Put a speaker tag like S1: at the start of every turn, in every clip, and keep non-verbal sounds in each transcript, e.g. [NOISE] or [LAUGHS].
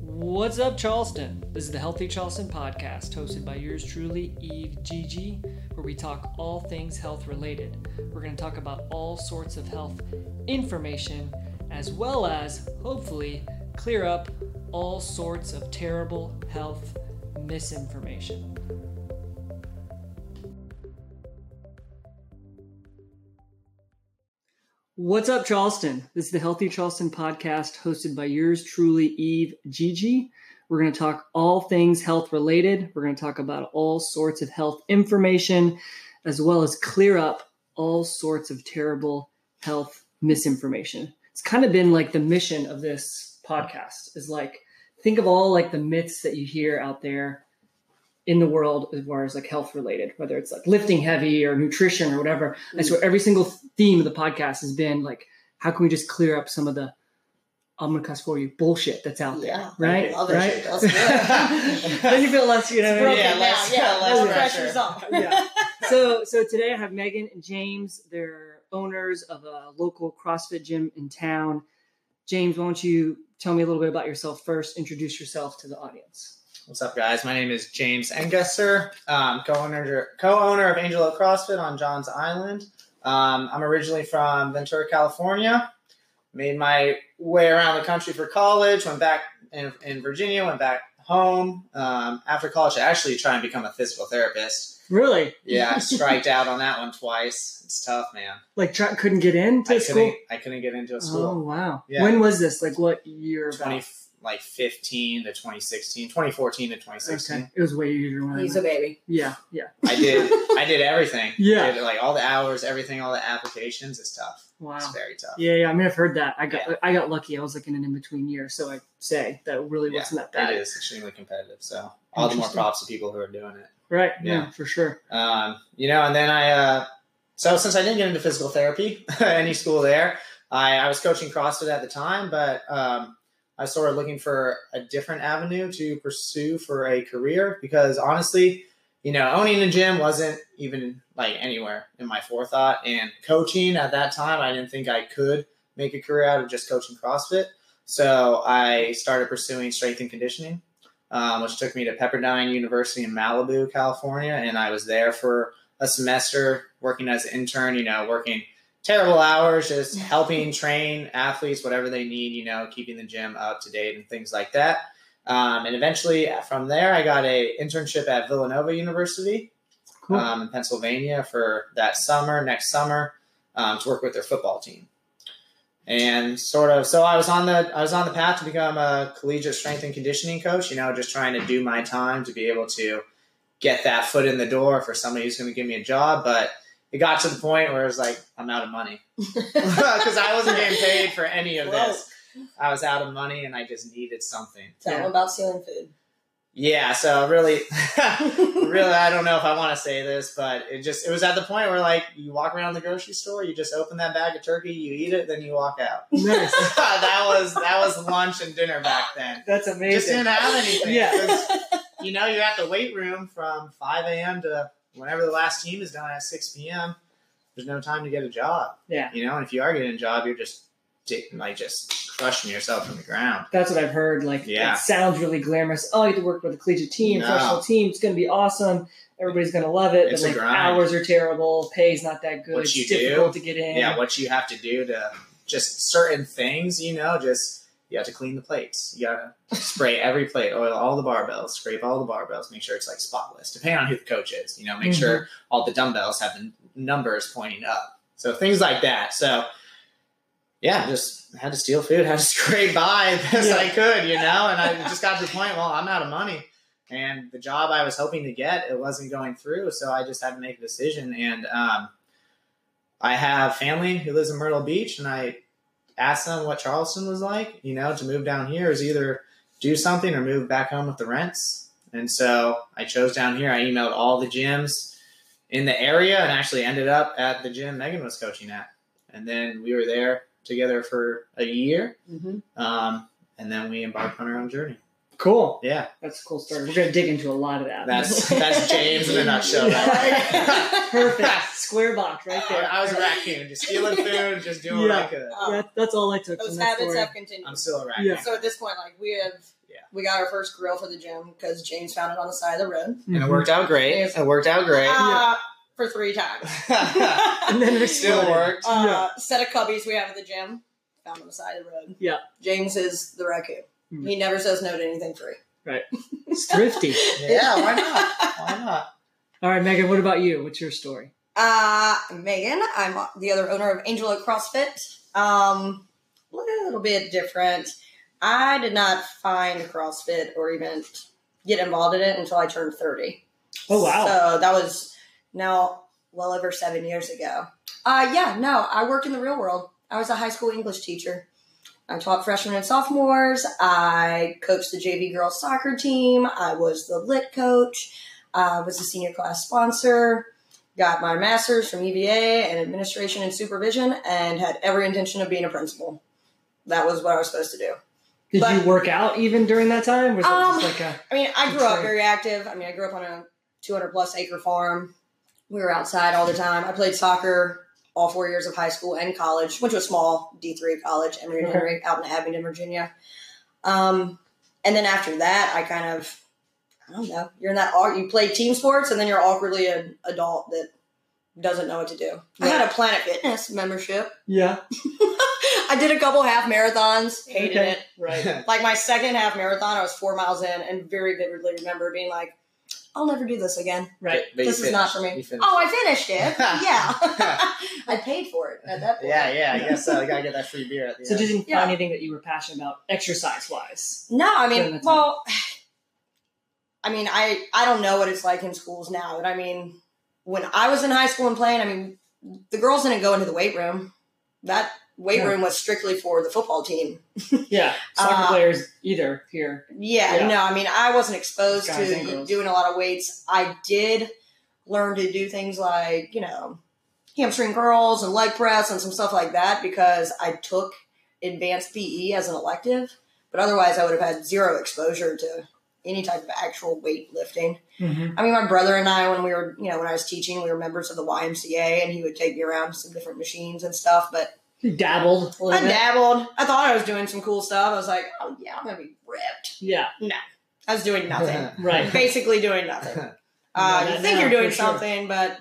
S1: What's up, Charleston? This is the Healthy Charleston podcast, hosted by yours truly, Eve Gigi, where we talk all things health related. We're going to talk about all sorts of health information, as well as, hopefully, clear up all sorts of terrible health misinformation. What's up, Charleston? This is the Healthy Charleston podcast hosted by yours truly, Eve Gigi. We're going to talk all things health related. We're going to talk about all sorts of health information, as well as clear up all sorts of terrible health misinformation. It's kind of been like the mission of this podcast is like, think of all like the myths that you hear out there in the world as far as like health related, whether it's like lifting heavy or nutrition or whatever. I swear every single theme of the podcast has been like, how can we just clear up some of the I'm gonna cuss for you bullshit that's out there,
S2: Yeah,
S1: right?
S2: I love it.
S1: right? [LAUGHS]
S2: That's good.
S1: then you feel less, you know.
S2: It's
S1: what I mean?
S2: broken
S3: Yeah,
S2: now.
S3: less-
S2: yeah,
S3: less
S2: less
S3: pressure.
S2: pressure's on.
S1: yeah. So so today I have Megan and James. They're owners of a local CrossFit gym in town. James, why don't you tell me a little bit about yourself first? Introduce yourself to the audience.
S3: What's up, guys? My name is James Engesser, um, co-owner co-owner of Angel Oak CrossFit on Johns Island. Um, I'm originally from Ventura, California. Made my way around the country for college. Went back in, in Virginia. Went back home um, after college. I actually try and become a physical therapist.
S1: Really?
S3: Yeah, I striked out on that one twice. It's tough, man.
S1: Like try, couldn't get into
S3: I
S1: school.
S3: couldn't. I couldn't get into a
S1: Oh
S3: school.
S1: wow!
S3: Yeah.
S1: When was this? Like what year? about?
S3: Twenty like 15 to 2016 2014 to 2016
S1: Okay, it was way easier when I
S2: He's
S1: went.
S2: a baby.
S1: yeah, yeah.
S3: I did. I
S1: [LAUGHS]
S3: did everything.
S1: Yeah.
S3: I did, like all the hours, everything, all the applications. It's tough. It's
S1: Wow.
S3: very tough.
S1: Yeah, yeah. I mean, I've heard that. I got, I got lucky. I was like in an in between year, so I say that really
S3: Yeah,
S1: wasn't that bad.
S3: It is extremely competitive. So all the more
S1: Interesting.
S3: props to people who are doing it.
S1: Right?
S3: Yeah.
S1: yeah, for sure.
S3: Um, you know, and then I. Uh, so since I didn't get into physical therapy, [LAUGHS] any school there, I, I was coaching CrossFit at the time, but um, I was sort of looking for a different avenue to pursue for a career because honestly, you know, owning a gym wasn't even like anywhere in my forethought. And coaching at that time, I didn't think I could make a career out of just coaching CrossFit. So I started pursuing strength and conditioning, um, which took me to Pepperdine University in Malibu, California. And I was there for a semester working as an intern, you know, working terrible hours, just helping train athletes, whatever they need, you know, keeping the gym up to date and things like that. Um, and eventually, from there, I got a internship at Villanova University
S1: Cool.
S3: um, in Pennsylvania for that summer, next summer, um, to work with their football team. And sort of, so I was on the I was on the path to become a collegiate strength and conditioning coach. You know, just trying to do my time to be able to get that foot in the door for somebody who's going to give me a job. But it got to the point where it was like, I'm out of money [LAUGHS] because I wasn't getting paid for any of
S2: Whoa.
S3: this. I was out of money, and I just needed something.
S2: Tell him
S1: Yeah.
S2: about stealing food.
S3: Yeah,
S1: [LAUGHS]
S3: so really, really, I don't know if I want to say this, but it just it was at the point where like you walk around the grocery store, you just open that bag of turkey, you eat it, then you walk out. [LAUGHS]
S1: nice.
S3: that was that was lunch and dinner back then.
S1: That's
S3: Just
S1: amazing.
S3: didn't have anything.
S1: Yeah.
S3: 'cause, you know, you're at the weight room from 5 a.m. to whenever the last team is done at 6 p.m. There's no time to get a job.
S1: Yeah.
S3: You know, and if you are getting a job, you're just di- like just crushing yourself from the ground.
S1: That's what I've heard. Like,
S3: Yeah.
S1: it sounds really glamorous. Oh, you have to work with a collegiate team,
S3: No.
S1: professional team. It's going to be awesome. Everybody's going to love it.
S3: It's
S1: but
S3: a
S1: like,
S3: grind.
S1: hours are terrible. Pay's not that good.
S3: What you
S1: it's difficult
S3: do-
S1: to get in.
S3: yeah, what you have to do to just certain things, you know, just you have to clean the plates. You gotta spray every plate, oil all the barbells, scrape all the barbells, make sure it's like spotless, depending on who the coach is, you know, make sure all the dumbbells have the numbers pointing up. So things like that. So yeah, just had to steal food, [LAUGHS] had to scrape by the best I
S1: Yeah.
S3: could, you know, and I just got to the point, well, I'm out of money. And the job I was hoping to get, it wasn't going through, so I just had to make a decision. And um, I have family who lives in Myrtle Beach, and I asked them what Charleston was like. You know, to move down here is either do something or move back home with the rents. And so I chose down here. I emailed all the gyms in the area and actually ended up at the gym Megan was coaching at. And then we were there together for a year,
S2: Mm-hmm.
S3: um, and then we embarked on our own journey.
S1: Cool.
S3: Yeah,
S1: That's a cool story. We're going to dig into a lot of that.
S3: that's [LAUGHS] that's James in a
S2: [LAUGHS]
S3: nutshell. Right?
S1: [LAUGHS]
S3: [LAUGHS]
S1: Perfect. Square box right there.
S3: I was a raccoon, just stealing food, just doing what I could.
S2: Um,
S1: That- that's all I took
S2: those
S1: from that
S2: habits
S1: story.
S2: have continued.
S3: I'm still a raccoon.
S1: Yeah.
S2: So at this point, like we have,
S3: Yeah.
S2: we got our first grill for the gym because James found it on the side of the road
S3: And
S1: Mm-hmm.
S3: it worked out great.
S2: Yes.
S3: It worked out [LAUGHS] great.
S2: uh, for three
S3: [LAUGHS]
S2: times.
S1: And then it
S3: still
S1: exploded.
S3: worked. [LAUGHS]
S2: uh, set of cubbies we have at the gym found on the side of the road.
S1: Yeah.
S2: James is the raccoon.
S3: Mm.
S1: Hmm.
S2: He never says no to anything free.
S1: It's thrifty.
S3: Yeah, why not? Why not?
S1: All right, Megan, what about you? What's your story?
S2: Uh, Megan, I'm the other owner of Angel Oak CrossFit. Um, a little bit different. I did not find CrossFit or even get involved in it until I turned 30.
S1: Oh, wow.
S2: So that was now well over seven years ago. Uh, yeah, no, I worked in the real world. I was a high school English teacher. I taught freshmen and sophomores. I coached the JV girls soccer team. I was the lit coach. I was a senior class sponsor. Got my master's from UVA in administration and supervision and had every intention of being a principal. That was what I was supposed to do.
S1: Did
S2: But-
S1: you work out even during that time? Was
S2: Um,
S1: it just like a
S2: I mean, I
S1: That's
S2: grew up
S1: right.
S2: very active. I mean, I grew up on a 200 plus acre farm. We were outside all the time. I played soccer all four years of high school and college. Went to a small D3 college, Emory and
S1: Okay.
S2: Henry, out in Abingdon, Virginia. Um, and then after that, I kind of, I don't know, you're in that, au- you play team sports and then you're awkwardly an adult that doesn't know what to do. I had a Planet Fitness membership. [LAUGHS]
S1: yeah?
S2: I did a couple half marathons, hated
S1: Okay.
S2: it
S3: [LAUGHS]
S1: Right.
S2: like my second half marathon, I was four miles in and very vividly remember being like, I'll never do this again.
S1: Right.
S3: But you
S2: This is not for me.
S3: finished. You
S2: Oh, I finished it.
S3: [LAUGHS]
S2: yeah. I paid for it at that
S3: finished.
S2: point.
S3: Yeah, yeah. I guess uh, I gotta get that free beer at the
S1: So
S3: end.
S1: did you
S2: Yeah.
S1: find anything that you were passionate about exercise wise?
S2: No, I
S1: During the
S2: mean,
S1: time.
S2: well, [SIGHS] I mean, I, I don't know what it's like in schools now, but I mean, when I was in high school and playing, I mean, the girls didn't go into the weight room. That weight
S1: Yeah.
S2: room was strictly for the football team.
S1: Yeah. Soccer
S2: Uh,
S1: players either here.
S2: Yeah,
S1: Yeah.
S2: no, I mean, I wasn't exposed
S1: Guys and
S2: to
S1: girls.
S2: doing a lot of weights. I did learn to do things like, you know, hamstring curls and leg press and some stuff like that because I took advanced PE as an elective. But otherwise, I would have had zero exposure to any type of actual weightlifting. I mean, my brother and I, when we were, you know, when I was teaching, we were members of the YMCA and he would take me around to some different machines and stuff. But
S1: You dabbled a little
S2: I
S1: bit.
S2: dabbled. I thought I was doing some cool stuff. I was like, oh, yeah, I'm going to be ripped.
S1: yeah.
S2: I was doing nothing
S1: [LAUGHS] Right.
S2: [LAUGHS] basically doing nothing. Uh,
S1: [LAUGHS] No,
S2: you
S1: no,
S2: think
S1: no,
S2: you're doing
S1: for sure.
S2: something, but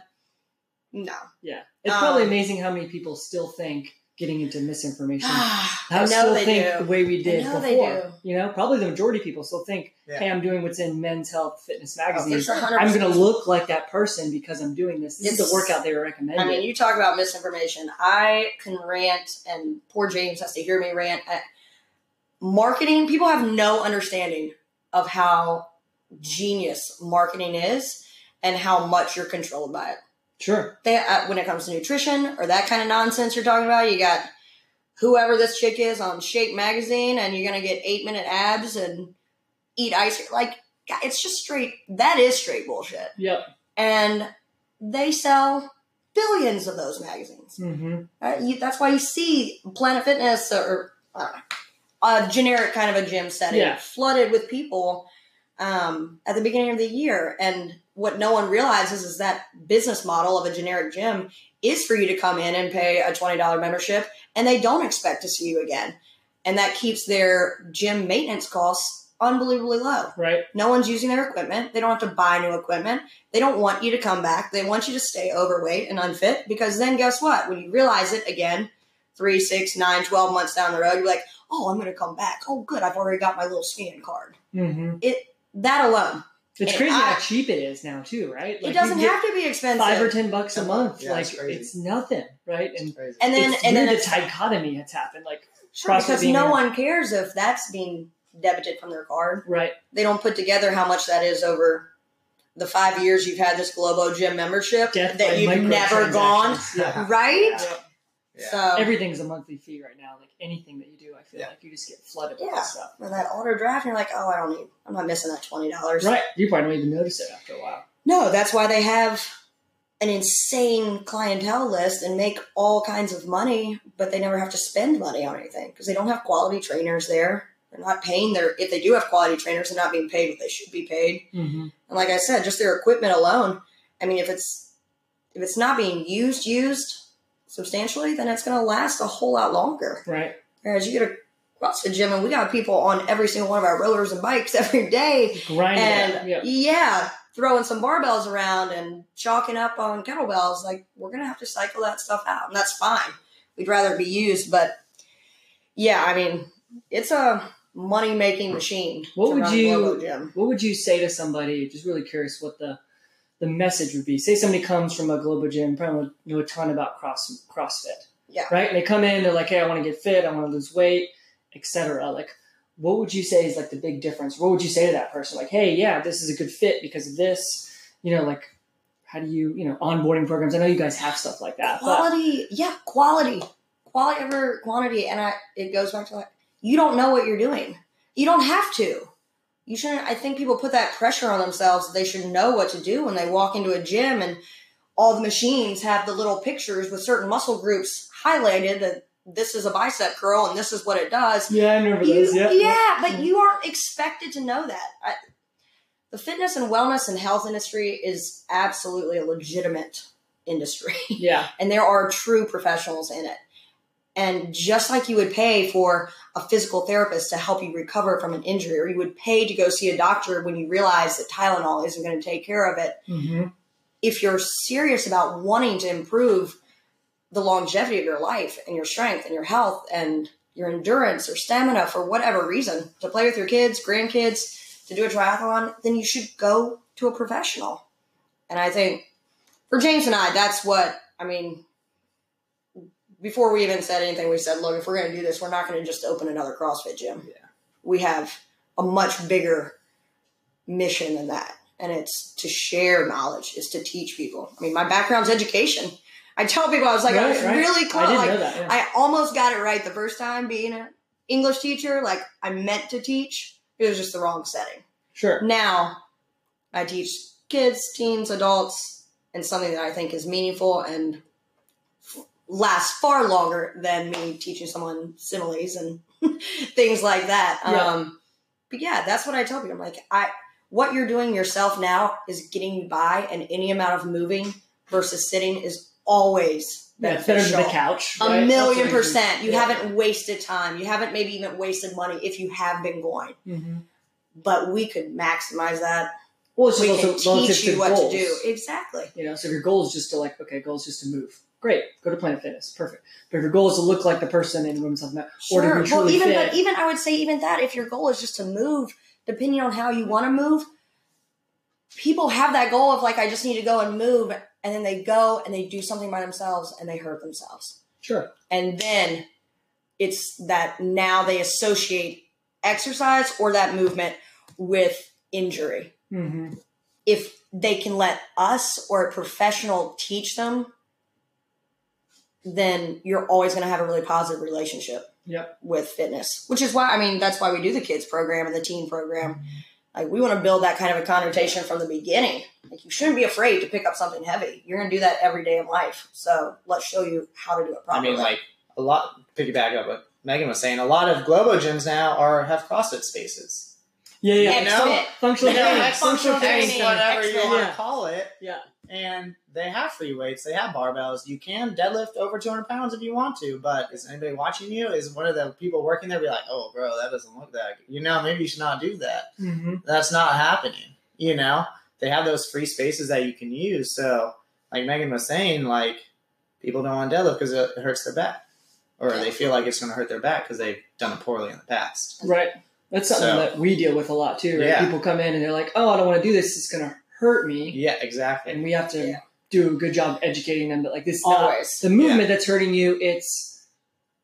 S2: no.
S1: Yeah. It's probably
S2: Um,
S1: amazing how many people still think getting into
S2: [SIGHS] [GASPS]
S1: misinformation.
S2: I
S1: How
S2: know
S1: still
S2: they
S1: think
S2: do.
S1: the way we did
S2: know they
S1: before. You know, probably the majority of people still think,
S3: Yeah.
S1: "Hey, I'm doing what's in Men's Health Fitness
S2: Oh,
S1: magazine.
S2: It's 100%.
S1: I'm going to look like that person because I'm doing this. This is
S2: It's-
S1: the workout they were recommending."
S2: I mean, you talk about misinformation. I can rant, and poor James has to hear me rant. At marketing, people have no understanding of how genius marketing is and how much you're controlled by it.
S1: sure.
S2: They, uh, when it comes to nutrition or that kind of nonsense you're talking about, you got whoever this chick is on Shape Magazine, and you're gonna get eight minute abs and eat ice. Like God, it's just straight. That is straight bullshit.
S1: Yep.
S2: And they sell billions of those magazines.
S1: Mm-hmm.
S2: Uh, you- that's why you see Planet Fitness or uh, a generic kind of a gym setting
S1: Yeah.
S2: flooded with people um, at the beginning of the year. And what no one realizes is that business model of a generic gym is for you to come in and pay a $20 membership and they don't expect to see you again. And that keeps their gym maintenance costs unbelievably low.
S1: Right.
S2: No one's using their equipment. They don't have to buy new equipment. They don't want you to come back. They want you to stay overweight and unfit because then guess what? When you realize it again, three, six, nine, 12 months down the road, you're like, oh, I'm going to come back. Oh, good. I've already got my little scan card.
S1: Mm-hmm.
S2: That alone.
S1: It's
S2: And
S1: crazy
S2: I-
S1: how cheap it is now, too. Right.
S2: it
S1: Like, you
S2: doesn't
S1: get
S2: have to be expensive.
S1: five or ten bucks a month.
S3: Yeah,
S1: like
S3: it's crazy.
S1: it's nothing. Right. And
S3: It's crazy.
S2: and then,
S1: it's
S2: and
S1: weird
S2: then
S1: the
S2: it's,
S1: dichotomy that's happened. Like
S2: sure,
S1: CrossFit
S2: because
S1: being
S2: no
S1: in-
S2: one cares if that's being debited from their card.
S1: right,
S2: They don't put together how much that is over the five years you've had this Globo Gym membership
S1: death by
S2: that you've never gone.
S1: microtransactions. Yeah.
S2: Right?
S1: Yeah.
S3: Yeah.
S2: So
S1: Everything's a monthly fee right now. Like anything that you do, I feel
S3: Yeah.
S1: like you just get flooded
S2: Yeah.
S1: with this stuff.
S2: for that auto draft, you're like, oh, I don't need. I'm not missing that twenty dollars.
S1: Right. You probably don't even notice it after a while.
S2: No, that's why they have an insane clientele list and make all kinds of money, but they never have to spend money on anything because they don't have quality trainers there. They're not paying their if they do have quality trainers, they're not being paid what they should be paid.
S1: Mm-hmm.
S2: And like I said, just their equipment alone. I mean, if it's if it's not being used used substantially, then it's going to last a whole lot longer.
S1: Right.
S2: Whereas you get a CrossFit gym, and we got people on every single one of our rollers and bikes [LAUGHS] every day,
S1: Grind it. out.
S2: and
S1: Yep.
S2: yeah, throwing some barbells around and chalking up on kettlebells. Like we're going to have to cycle that stuff out, and that's fine. We'd rather it be used, but yeah, I mean, it's a money making machine.
S1: What
S2: to
S1: would
S2: run a
S1: you-
S2: Globo gym.
S1: What would you say to somebody? Just really curious what the the message would be. Say somebody comes from a global gym, probably know a ton about cross CrossFit.
S2: Yeah.
S1: Right. And they come in, they're like, "Hey, I want to get fit. I want to lose weight, etc." Like, what would you say is like the big difference? What would you say to that person? Like, "Hey, yeah, this is a good fit because of this." You know, like, how do you, you know, onboarding programs? I know you guys have stuff like that, but
S2: quality yeah quality quality over quantity and i it goes back to like you don't know what you're doing you don't have to you shouldn't i think people put that pressure on themselves that they should know what to do when they walk into a gym and all the machines have the little pictures with certain muscle groups highlighted that this is a bicep curl and this is what it does
S1: yeah, I remember
S2: you,
S1: those. Yeah.
S2: yeah, but you aren't expected to know that. I, the fitness and wellness and health industry is absolutely a legitimate industry
S1: Yeah.
S2: and there are true professionals in it. And just like you would pay for a physical therapist to help you recover from an injury, or you would pay to go see a doctor when you realize that Tylenol isn't going to take care of it,
S1: Mm-hmm.
S2: if you're serious about wanting to improve the longevity of your life and your strength and your health and your endurance or stamina for whatever reason, to play with your kids, grandkids, to do a triathlon, then you should go to a professional. And I think for James and I, that's what I mean. Before we even said anything, we said, look, if we're going to do this, we're not going to just open another CrossFit gym.
S3: Yeah.
S2: We have a much bigger mission than that. And it's to share knowledge, is to teach people. I mean, my background's education. I tell people, I was like, I was really
S1: I
S2: close.
S1: didn't
S2: like,
S1: know that. yeah.
S2: I almost got it right the first time being an English teacher. Like, I meant to teach, it was just the wrong setting.
S1: sure.
S2: Now, I teach kids, teens, adults, and something that I think is meaningful and f- lasts far longer than me teaching someone similes and [LAUGHS] things like that.
S1: Yeah.
S2: Um, but yeah, that's what I tell people. I'm like, I what you're doing yourself now is getting you by, and any amount of moving versus sitting is always
S1: Yeah, better than
S2: beneficial.
S1: the couch. right?
S2: A
S1: That's what I
S2: million
S1: agree.
S2: percent. You
S1: Yeah.
S2: haven't wasted time. You haven't maybe even wasted money if you have been going.
S1: Mhm.
S2: But we could maximize that
S1: Well, it's
S2: we
S1: just
S2: can
S1: also relative
S2: teach you
S1: to
S2: what
S1: goals.
S2: to do. Exactly.
S1: You know, so if your goal is just to like, okay, goal is just to move. Great, go to Planet Fitness, perfect. But if your goal is to look like the person in women's health, Met- or to be
S2: Well,
S1: truly
S2: even
S1: fit,
S2: but even I would say even that if your goal is just to move, depending on how you want to move, people have that goal of like I just need to go and move, and then they go and they do something by themselves and they hurt themselves,
S1: sure,
S2: and then it's that now they associate exercise or that movement with injury.
S1: mm-hmm.
S2: if they can let us or a professional teach them, then you're always going to have a really positive relationship
S1: Yep.
S2: with fitness, which is why, I mean, that's why we do the kids program and the teen program. Like, we want to build that kind of a connotation from the beginning. Like, you shouldn't be afraid to pick up something heavy. You're going to do that every day of life. So, let's show you how to do it
S3: I
S2: properly.
S3: mean, like a lot. Piggyback up what Megan was saying. A lot of Globo gyms now are have CrossFit spaces.
S1: yeah, yeah,
S3: Yeah,
S2: Next
S3: no.
S2: bit.
S1: functional
S2: Yeah,
S1: training,
S2: like
S1: functional
S2: functional
S1: training,
S2: training.
S3: whatever you want
S1: Yeah.
S3: to call it.
S1: Yeah.
S3: And they have free weights. They have barbells. You can deadlift over 200 pounds if you want to. But is anybody watching you? Is one of the people working there be like, oh, bro, that doesn't look that. Good. You know, maybe you should not do that.
S1: Mm-hmm.
S3: that's not happening. You know, they have those free spaces that you can use. So, like Megan was saying, like people don't want to deadlift because it hurts their back, or they feel like it's going to hurt their back because they've done it poorly in the past.
S1: right. That's something
S3: So-
S1: that we deal with a lot too. Right?
S3: Yeah.
S1: People come in and they're like, "Oh, I don't want to do this. It's going to hurt me,"
S3: Yeah, exactly.
S1: and we have to
S2: Yeah.
S1: do a good job educating them. But like this, is not-
S2: always.
S1: the movement that's hurting you, it's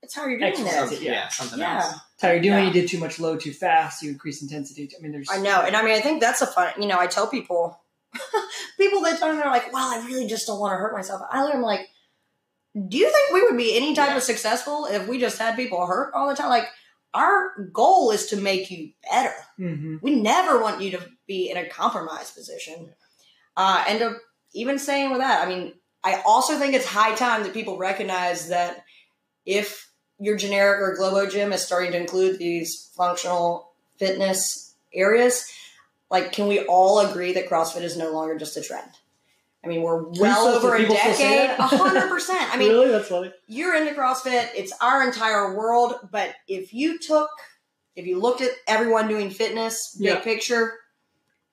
S2: It's how you're doing
S1: Exercise.
S2: it.
S3: Something, yeah, something
S2: Yeah.
S3: else.
S1: Tyler, you doing
S2: Yeah.
S1: you did too much low too fast. You increase intensity. I mean, there's
S2: I know, and I mean, I think that's a fun. You know, I tell people, [LAUGHS] people that tell me they're like, "Wow, I really just don't want to hurt myself." I am like, "Do you think we would be any type
S3: Yeah.
S2: of successful if we just had people hurt all the time?" Like, our goal is to make you better.
S1: Mhm.
S2: We never want you to be in a compromised position. Uh, and to, even saying with that, I mean, I also think it's high time that people recognize that if your generic or Globo gym is starting to include these functional fitness areas, like can we all agree that CrossFit is no longer just a trend? I mean, we're well
S1: still-
S2: over a
S1: people still say
S2: decade.
S1: that?
S2: A hundred percent.
S1: [LAUGHS]
S2: I mean,
S3: really? That's funny.
S2: you're into CrossFit, it's our entire world, but if you took if you looked at everyone doing fitness, big
S1: Yeah.
S2: picture,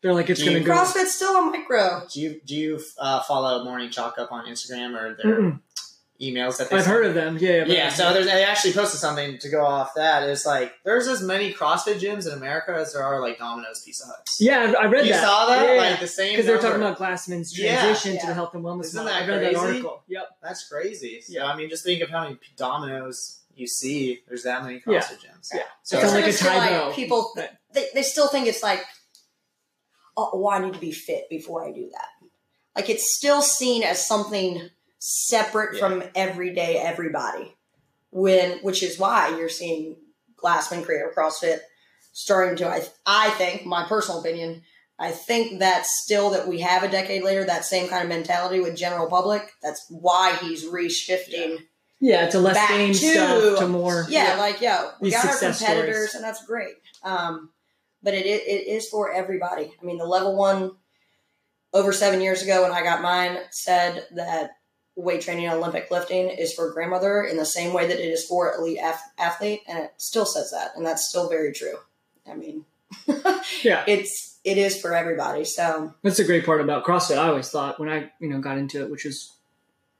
S1: They're like it's
S3: Do
S1: gonna
S3: you
S1: go.
S2: CrossFit's still a micro.
S3: Do you do you uh, follow Morning Chalk Up on Instagram or their
S1: Mm-mm.
S3: emails that they
S1: I've
S3: send?
S1: heard of them. Yeah, but-
S3: Yeah, so there's, they actually posted something to go off that. It's like there's as many CrossFit gyms in America as there are like Domino's Pizza Huts.
S1: yeah, I- I read
S3: you
S1: that.
S3: saw that
S1: Yeah.
S3: like the same
S1: because they were talking
S3: number.
S1: about Glassman's
S3: Yeah.
S1: transition to
S2: Yeah.
S1: the health and wellness.
S3: Isn't
S1: model.
S3: that
S1: I read that
S3: crazy?
S1: article. Yep.
S3: That's crazy. So,
S1: Yeah.
S3: I mean, just think of how many Domino's you see. There's that many
S1: Yeah.
S3: CrossFit gyms.
S1: Yeah.
S3: So
S1: It's
S3: it's
S1: like a
S2: It's still
S1: Tybo.
S2: people
S1: Right.
S2: they, they still think it's like oh well, I need to be fit before I do that. Like it's still seen as something separate
S3: Yeah.
S2: from everyday everybody. When which is why you're seeing Glassman Creator CrossFit starting to I I think, my personal opinion, I think that still that we have a decade later that same kind of mentality with general public. That's why he's reshifting
S1: Yeah, it's a less
S2: Back
S1: fame
S2: to-
S1: stuff to more.
S2: yeah, like yo, we
S1: These
S2: got our
S1: success
S2: competitors,
S1: stories.
S2: and that's great. Um, but it, it it is for everybody. I mean, the level one over seven years ago when I got mine said that weight training and Olympic lifting is for grandmother in the same way that it is for elite ath- athlete, and it still says that, and that's still very true. I mean,
S1: Yeah.
S2: it's it is for everybody. So
S1: That's the great part about CrossFit. I always thought when I you know got into it, which was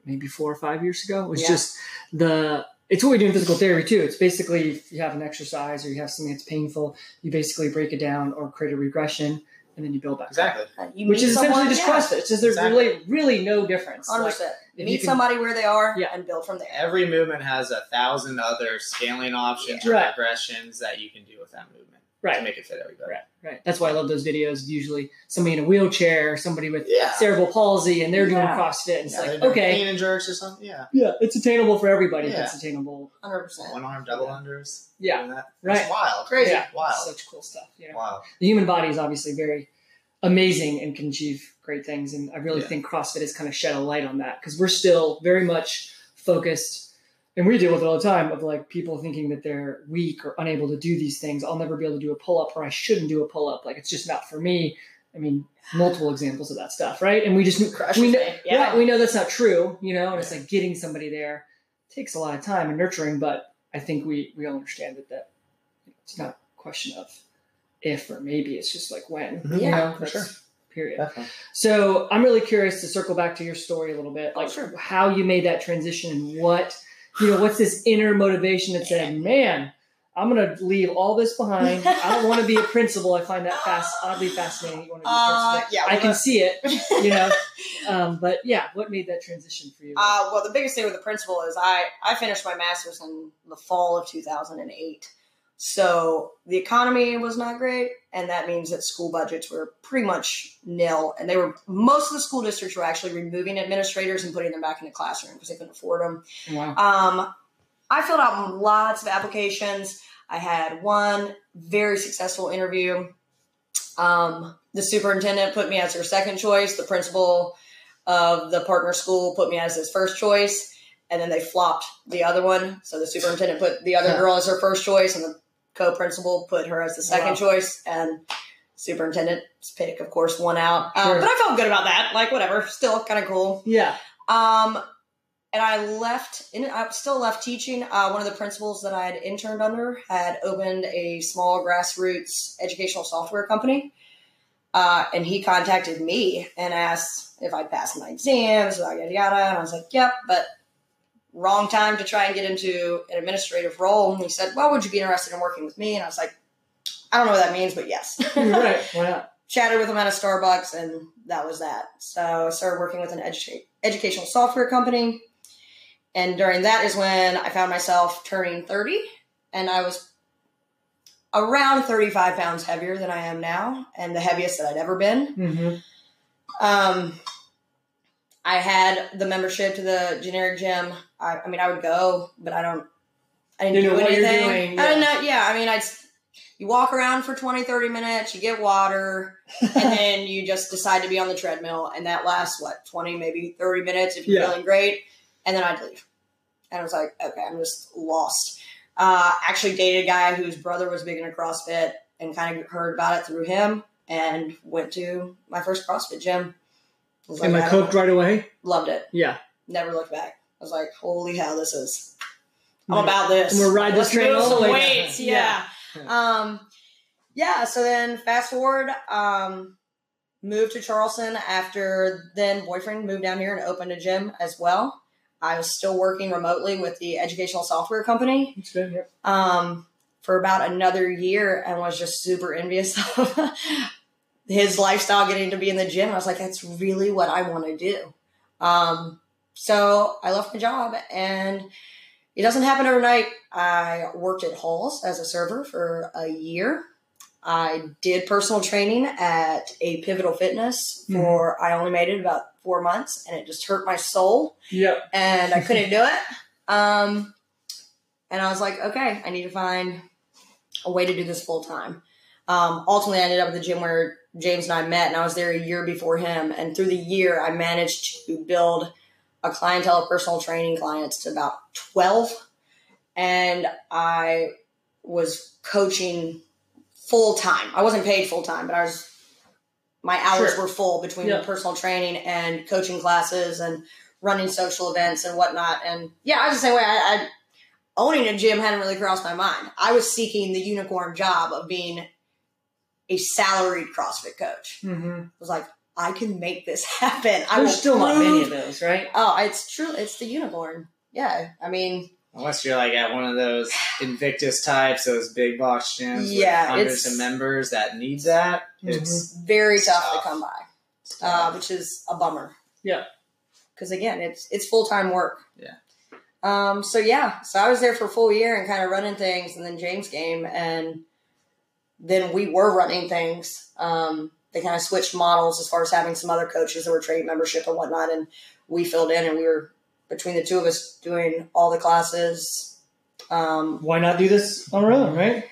S1: maybe four or five years ago, was
S2: Yeah.
S1: just the it's what we do in physical therapy too. It's basically if you have an exercise or you have something that's painful, you basically break it down or create a regression, and then you build back.
S3: exactly.
S2: uh, you
S1: Which
S2: meet
S1: is
S2: someone-
S1: essentially just
S2: yeah,
S1: CrossFit. It's just there's
S3: Exactly.
S1: really really no difference.
S2: 100%.
S1: Like, if you
S2: meet
S1: can-
S2: somebody where they are
S1: Yeah.
S2: and build from there.
S3: Every movement has a thousand other scaling options
S1: Yeah.
S3: or
S1: Right.
S3: regressions that you can do with that movement to
S1: right,
S3: make it fit everybody.
S1: Right. right. That's why I love those videos. Usually somebody in a wheelchair, somebody with
S3: Yeah.
S1: cerebral palsy, and they're doing
S2: Yeah.
S1: CrossFit. And it's
S3: Yeah, they're
S1: like
S3: doing
S1: okay,
S3: clean and jerks or something. Yeah,
S1: yeah, it's attainable for everybody.
S3: Yeah.
S1: If it's attainable,
S2: 100%.
S3: one arm double unders.
S1: yeah.
S3: doing that.
S1: Right.
S3: It's wild.
S2: Crazy.
S1: Yeah.
S3: Wild.
S1: Such cool stuff. You know?
S3: Wow.
S1: The human body is obviously very amazing and can achieve great things. And I really
S3: Yeah.
S1: think CrossFit has kind of shed a light on that because we're still very much focused and we deal with it all the time of like people thinking that they're weak or unable to do these things. I'll never be able to do a pull up or I shouldn't do a pull up. Like it's just not for me. I mean, multiple examples of that stuff, right? And we just
S2: Crushes
S1: we know,
S2: me.
S1: yeah. we know that's not true, you know, and it's like getting somebody there takes a lot of time and nurturing, but I think we we all understand that that it's not a question of if or maybe it's just like when.
S3: Mhm.
S1: you
S2: Yeah,
S1: know,
S3: for
S1: that's- Period.
S3: Definitely.
S1: So I'm really curious to circle back to your story a little bit,
S2: Oh,
S1: like
S2: sure.
S1: how you made that transition and what you know, what's this inner motivation that said, Man, I'm gonna leave all this behind. I don't want to be a principal. I find that fast oddly fascinating. You want to be a
S2: Uh,
S1: principal.
S2: yeah,
S1: I
S2: well,
S1: can see it, you
S2: [LAUGHS]
S1: know. Um, but yeah, what made that transition for you?
S2: Uh, well, the biggest thing with the principal is I, I finished my master's in the fall of 2008. So the economy was not great, and that means that school budgets were pretty much nil. And they were most of the school districts were actually removing administrators and putting them back in the classroom because they couldn't afford them.
S1: wow.
S2: Um, I filled out lots of applications. I had one very successful interview. Um, the superintendent put me as her second choice. The principal of the partner school put me as his first choice. And then they flopped the other one. So the superintendent put the other girl as her first choice, and the co principal put her as the second
S1: Wow.
S2: choice. And superintendent's pick, of course, won out. Um,
S1: Sure.
S2: But I felt good about that. Like, whatever. Still kind of cool. [LAUGHS]
S1: Yeah.
S2: Um, and I left, and I still left teaching. Uh, one of the principals that I had interned under had opened a small grassroots educational software company. Uh, and he contacted me and asked if I passed my exams, yada, yada, yada. And I was like, yep, but wrong time to try and get into an administrative role. And he said, well, would you be interested in working with me? And I was like, I don't know what that means, but yes.
S1: You're right. Why not?
S2: chatted with him at a Starbucks, and that was that. So I started working with an edu- educational software company. And during that is when I found myself turning 30, and I was around 35 pounds heavier than I am now, and the heaviest that I'd ever been.
S1: Mm-hmm.
S2: Um, I had the membership to the generic gym. I, I mean, I would go, but I don't. I didn't
S1: You know
S2: do
S1: what you're
S2: anything.
S1: doing,
S2: I didn't
S1: yeah.
S2: know. Yeah, I mean, I. You walk around for 20, 30 minutes. You get water,
S1: [LAUGHS]
S2: and then you just decide to be on the treadmill, and that lasts what 20, maybe 30 minutes if you're
S1: Yeah.
S2: feeling great, and then I'd leave. And I was like, okay, I'm just lost. Uh, actually, dated a guy whose brother was big into CrossFit and kind of heard about it through him and went to my first CrossFit gym. Was
S1: Am
S2: like,
S1: I
S2: I
S1: coped right away?
S2: Loved it.
S1: Yeah.
S2: Never looked back. I was like, holy hell, this is. I'm about this.
S1: I'm gonna ride this
S2: Let's
S1: train
S2: move
S1: all the way.
S2: some
S1: [LAUGHS]
S2: weights. Yeah. Um, yeah. So then, fast forward. Um, moved to Charleston after then boyfriend moved down here and opened a gym as well. I was still working remotely with the educational software company
S1: It's good, yep.
S2: um, for about another year and was just super envious [LAUGHS] of his lifestyle getting to be in the gym. I was like, that's really what I want to do. Um, so I left my job and it doesn't happen overnight. I worked at Halls as a server for a year. I did personal training at a Pivotal Fitness for, I only made it about four months and it just hurt my soul
S1: Yep.
S2: and I couldn't do it. Um, and I was like, okay, I need to find a way to do this full time. Um, ultimately, I ended up at the gym where James and I met, and I was there a year before him. And through the year, I managed to build a clientele of personal training clients to about 12. And I was coaching full time. I wasn't paid full time, but I was, my hours
S1: Sure.
S2: were full between
S1: Yeah.
S2: personal training and coaching classes and running social events and whatnot. And yeah, I was the same way. I, I owning a gym hadn't really crossed my mind. I was seeking the unicorn job of being a salaried CrossFit coach.
S1: Mm-hmm.
S2: I was like, I can make this [LAUGHS] happen. I will
S1: There's still not many of
S2: prove-
S1: those, right?
S2: Oh, it's true. It's the unicorn. Yeah. I mean,
S3: Unless you're like at one of those Invictus types, those big box gyms,
S2: Yeah,
S3: with hundreds
S2: it's-
S3: of members that need that. It's
S2: it's very tough,
S3: Tough.
S2: to come by,
S1: Mm-hmm. Um,
S2: uh, which is a bummer.
S1: Yeah.
S2: Because again, it's it's full time work.
S3: Yeah.
S2: Um. So yeah. So I was there for a full year and kind of running things, and then James came, and then we were running things. Um. They kind of switched models as far as having some other coaches that were trade membership and whatnot, and we filled in, and we were between the two of us doing all the classes. Um.
S1: Why not do this on our own, right?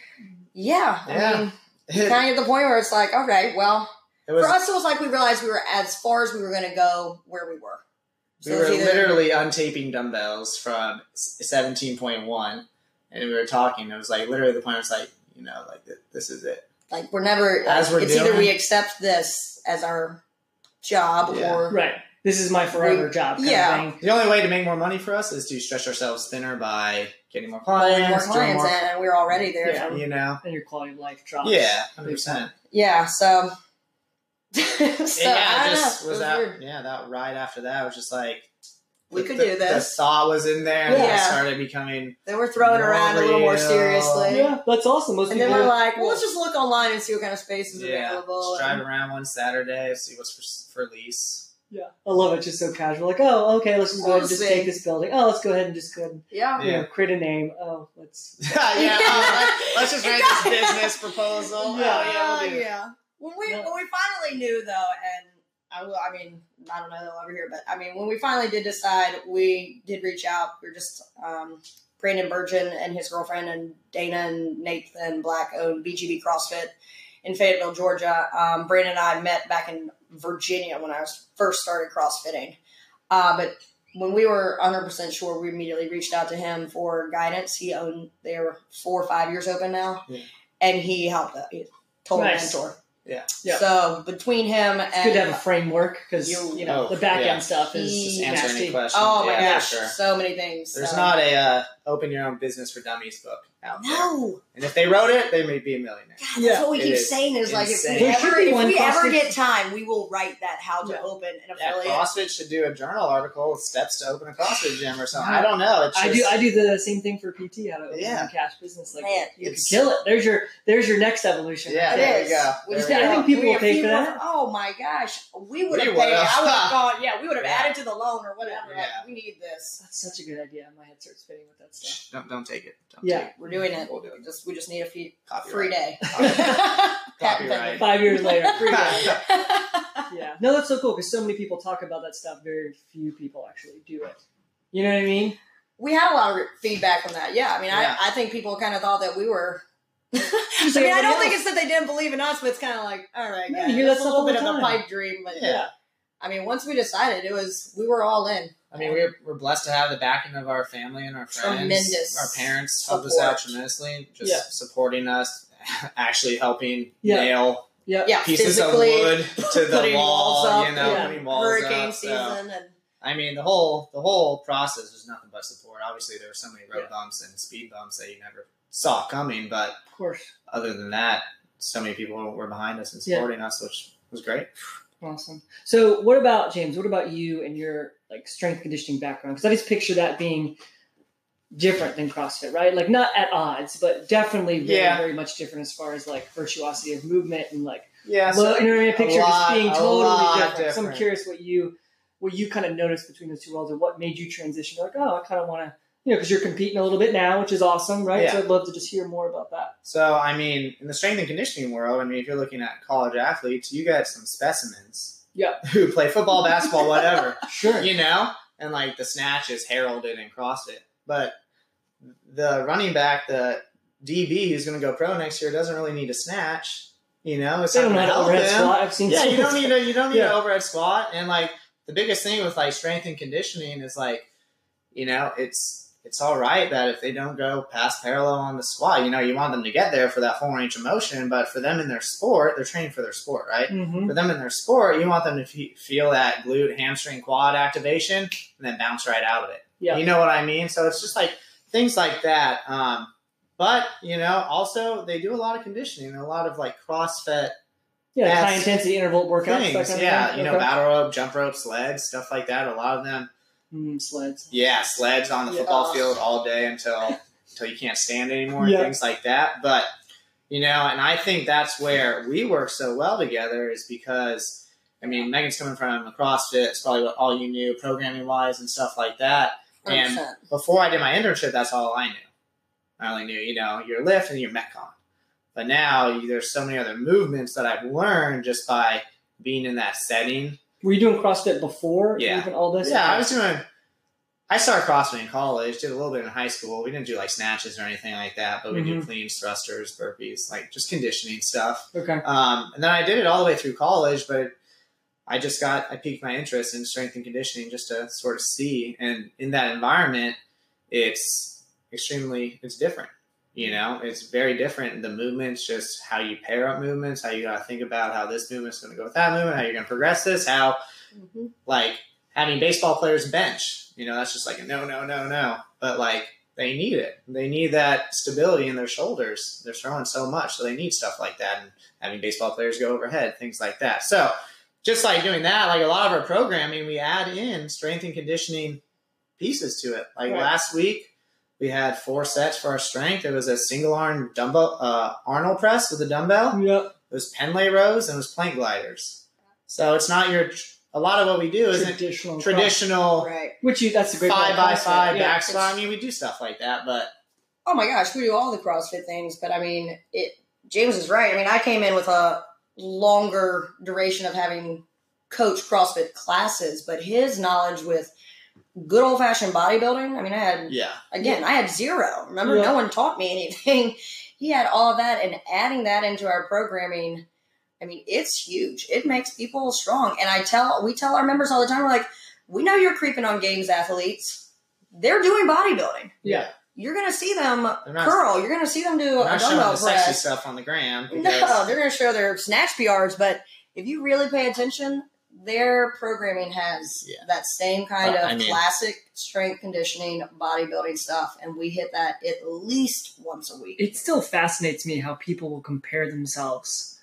S2: Yeah. I
S3: Yeah.
S2: mean,
S3: [LAUGHS] it,
S2: kind of at the point where it's like, okay, well,
S3: was
S2: for us, it was like we realized we were as far as we were going to go where we were.
S3: we
S2: it
S3: were
S2: was either-
S3: literally untaping dumbbells from seventeen point one, and we were talking. It was like literally the point. where It's like you know, like th- this is it.
S2: like we're never.
S3: As we're
S2: it's either
S3: doing-
S2: we accept this as our job
S3: Yeah.
S2: or
S1: Right. This is my forever
S2: We-
S1: job. Kind
S2: yeah.
S1: Of thing.
S3: The only way to make more money for us is to stretch ourselves thinner by getting more
S2: or more
S3: clients, doing
S2: clients, in, and we were already there.
S1: Yeah.
S2: Yeah.
S3: more, you know.
S1: And your quality of life drops.
S3: Yeah, hundred percent.
S2: so. [LAUGHS] so I
S3: yeah,
S2: don't
S3: just
S2: know.
S3: was
S2: It
S3: that
S2: weird.
S3: yeah that right after that was just like
S2: We
S3: the-
S2: could
S3: the-
S2: do this.
S3: The thought was in there, and yeah.
S2: Yeah.
S3: it started becoming
S2: Then we're throwing around a little more
S3: Real.
S2: seriously.
S1: Yeah, that's awesome. Most
S2: And then
S1: people.
S2: we're like, well, let's just look online and see what kind of space is
S3: yeah.
S2: available.
S3: Just drive around one Saturday, see what's for, for lease.
S1: yeah, I love it. Just so casual. Like, oh, okay, let's just go ahead and
S2: We'll
S1: just
S2: see.
S1: take this building. Oh, let's go ahead and just go ahead and
S2: yeah.
S1: you know,
S3: Yeah.
S1: create a name. Oh, let's.
S2: [LAUGHS]
S3: yeah, uh, let's just write this business
S1: Yeah,
S3: proposal. oh, yeah, we'll do
S2: Uh,
S3: it.
S2: yeah. When we
S1: Yeah.
S2: when we finally knew though, and I will, I mean, I don't know they'll ever hear, but I mean, when we finally did decide, we did reach out. We are just um, Brandon Burgeon and his girlfriend and Dana and Nathan Black owned BGB CrossFit in Fayetteville, Georgia. Um, Brandon and I met back in Virginia when I was first started CrossFitting, uh, but. When we were 100% sure, we immediately reached out to him for guidance. He owned, they were four or five years open now,
S3: Yeah.
S2: and he helped us. He total
S1: Nice.
S2: mentor.
S3: Yeah.
S1: Yeah.
S2: So between him
S1: It's good to
S2: and
S1: have a framework because
S2: You-
S1: you know
S3: Oh,
S1: the back
S3: yeah.
S1: end stuff is just
S2: Just
S3: Just answer any
S1: nasty.
S3: question.
S2: oh my
S3: yeah,
S2: gosh,
S3: for sure.
S2: so many things.
S3: There's
S2: so-
S3: not a uh, open your own business for dummies book out there.
S2: no.
S3: And if they wrote it, they may be a millionaire.
S2: God,
S1: Yeah.
S2: that's what we
S3: It
S2: keep
S3: is
S2: saying is like if
S3: insane.
S2: we
S1: There should
S2: ever,
S1: be
S2: if
S1: one
S2: we ever
S1: CrossFit-
S2: get time, we will write that how to
S1: Yeah.
S2: open an
S3: Yeah,
S2: affiliate.
S3: CrossFit should do a journal article with steps to open a CrossFit gym or something. I don't know. It's
S1: I
S3: just,
S1: do. I do the same thing for PT out of
S3: Yeah.
S1: yeah. cash business. Like
S2: Man,
S1: you could
S3: it's-
S1: kill it. There's your there's your next evolution.
S3: Yeah,
S1: right
S2: It
S1: there.
S3: there
S2: is.
S3: we go.
S2: We
S3: There
S2: just
S3: we
S1: Yeah, I
S2: gotta-
S1: think people
S2: we-
S1: will pay
S2: people-
S1: for that.
S2: Oh my gosh, we would
S3: We
S2: have
S3: would've.
S2: paid. I would
S3: [LAUGHS]
S2: have gone. Yeah, we would have
S3: Yeah.
S2: added to the loan or whatever. like,
S3: Yeah.
S2: we need this.
S1: That's such a good idea. My head starts spinning with that stuff.
S3: Shh, Don't don't take it. Don't
S1: Yeah.
S3: take it.
S2: We're doing it.
S3: We'll do it.
S2: We just we just need a few,
S3: Copyright.
S2: free
S3: [LAUGHS]
S2: day. [LAUGHS] Patent
S3: Copyright.
S1: Five years
S3: [LAUGHS]
S1: later. free guy.
S2: pending.
S1: yeah. No, that's so cool because so many people talk about that stuff. Very few people actually do it. You know what I mean?
S2: we had a lot of re- feedback on that. Yeah, I mean,
S3: Yeah.
S2: I, I think people kind of thought that we were. I
S1: Just like
S2: mean, I
S1: everybody
S2: don't think
S1: else.
S2: it's that they didn't believe in us, but it's kind of like, all right,
S1: No,
S2: guys,
S1: you hear that
S2: it's a
S1: stuff
S2: little
S1: all the
S2: bit of a
S1: time.
S2: pipe dream. But
S3: Yeah.
S2: I mean, once we decided, it was we were all in.
S3: I mean, we're, we're blessed to have the backing of our family and our friends.
S2: Tremendous
S3: Our parents help us out
S2: support.
S3: tremendously, just
S1: Yeah.
S3: supporting us, [LAUGHS] actually helping
S1: Yeah.
S3: nail
S1: Yep.
S2: Yeah,
S3: pieces of
S2: physically
S3: wood
S2: [LAUGHS]
S3: to the
S2: putting
S3: wall,
S2: walls up,
S3: you know,
S1: yeah.
S3: putting walls
S2: hurricane
S3: up, so-
S2: season and
S3: I mean, the whole the whole process was nothing but support. Obviously, there were so many road bumps and speed bumps that you never saw coming, but
S1: Of course.
S3: other than that, so many people were behind us and
S1: Yeah.
S3: supporting us, which was great.
S1: Awesome. So, what about James? What about you and your like strength conditioning background? Because I just picture that being different than CrossFit, right? Like not at odds, but definitely very,
S3: Yeah.
S1: very much different as far as like virtuosity of movement and like.
S3: Yeah,
S1: Well, you know what I mean? I picture
S3: lot-
S1: just being
S3: a
S1: totally
S3: lot
S1: different. So I'm
S3: different.
S1: curious what you what you kind of noticed between those two worlds, or what made you transition? Like, oh, I kind of want to, you know, because you're competing a little bit now, which is awesome, right?
S3: Yeah.
S1: So I'd love to just hear more about that.
S3: So, I mean, in the strength and conditioning world, I mean, if you're looking at college athletes, you got some specimens.
S1: Yeah.
S3: [LAUGHS] Who play football,
S1: [LAUGHS]
S3: basketball, whatever,
S1: Sure.
S3: you know? And like the snatch is heralded in CrossFit. But the running back, the DB who's going to go pro next year doesn't really need a snatch, you know? It's
S1: They don't
S3: not
S1: know
S3: going to
S1: how
S3: help
S1: to red
S3: them.
S1: squat. I've seen.
S3: Yeah, you
S1: some- [LAUGHS]
S3: don't need a you don't need
S1: Yeah.
S3: an overhead squat. And like the biggest thing with like strength and conditioning is like, you know, it's it's all right that if they don't go past parallel on the squat, you know, you want them to get there for that full range of motion. But for them in their sport, they're training for their sport, right?
S1: Mhm.
S3: For them in their sport, you want them to fe feel that glute, hamstring, quad activation, and then bounce right out of it.
S1: Yeah.
S3: You know what I mean? So it's just like things like that. Um, but you know, also they do a lot of conditioning, and a lot of like CrossFit
S1: Yeah, like high
S3: That's-
S1: intensity interval workouts. that
S3: things.
S1: kind of
S3: yeah,
S1: thing.
S3: you know,
S1: Okay.
S3: battle rope, jump rope, sleds, stuff like that. A lot of them,
S1: Mm, sleds.
S3: yeah, sleds on the
S1: Yeah.
S3: football field all day until until you can't stand anymore
S1: Yeah.
S3: and things like that. But you know, and I think that's where we work so well together is because I mean, Megan's coming from CrossFit. It's probably what all you knew programming wise and stuff like that. And
S2: 100%.
S3: before I did my internship, that's all I knew. I only knew, you know, your lift and your Metcon. But now you- there's so many other movements that I've learned just by being in that setting.
S1: Were you doing CrossFit before?
S3: Yeah.
S1: Even all this?
S3: yeah, I was doing. I started CrossFit in college, did a little bit in high school. We didn't do like snatches or anything like that, but we did cleans, thrusters, burpees, like just conditioning stuff.
S1: Okay.
S3: Um, and then I did it all the way through college, but I just got I piqued my interest in strength and conditioning just to sort of see. And in that environment, it's extremely it's different. You know, it's very different. The movements, just how you pair up movements, how you gotta think about how this movement's gonna go with that movement, how you're gonna progress this, how
S2: Mhm.
S3: like having baseball players bench. You know, that's just like a no, no, no, no. But like they need it. They need that stability in their shoulders. They're throwing so much, so they need stuff like that. And having baseball players go overhead, things like that. So just like doing that, like a lot of our programming, we add in strength and conditioning pieces to it. Like
S1: Right.
S3: last week. We had four sets for our strength. It was a single arm dumbbell, uh, Arnold press with a dumbbell
S1: Yeah.
S3: it was penlay rows and it was plank gliders. So it's not your a lot of what we do isn't
S1: Traditional.
S3: traditional
S2: right.
S1: CrossFit. Which you, that's a great
S3: five
S1: part
S3: by
S1: of CrossFit.
S3: five
S1: Yeah.
S3: back squat. I mean, we do stuff like that, but
S2: Oh my gosh, we do all the CrossFit things, but I mean, it. James is right. I mean, I came in with a longer duration of having coach CrossFit classes, but his knowledge with good old fashioned bodybuilding. I mean, I had
S3: yeah,
S2: again, I had zero. Remember,
S1: Yeah.
S2: no one taught me [LAUGHS] anything. He had all of that, and adding that into our programming, I mean, it's huge. It makes people strong. And I tell, we tell our members all the time, we're like, we know you're creeping on games athletes. They're doing bodybuilding.
S1: Yeah.
S2: You're gonna see them
S3: They're not-
S2: curl. You're gonna see them do
S3: We're
S2: a
S3: not showing
S2: dumbbell
S3: the sexy
S2: press.
S3: stuff on the gram.
S2: No,
S3: because-
S2: they're gonna show their snatch PRs. But if you really pay attention, their programming has
S3: Yeah.
S2: that same kind
S3: Uh,
S2: of
S3: I mean-
S2: classic strength conditioning, bodybuilding stuff, and we hit that at least once a week.
S1: It still fascinates me how people will compare themselves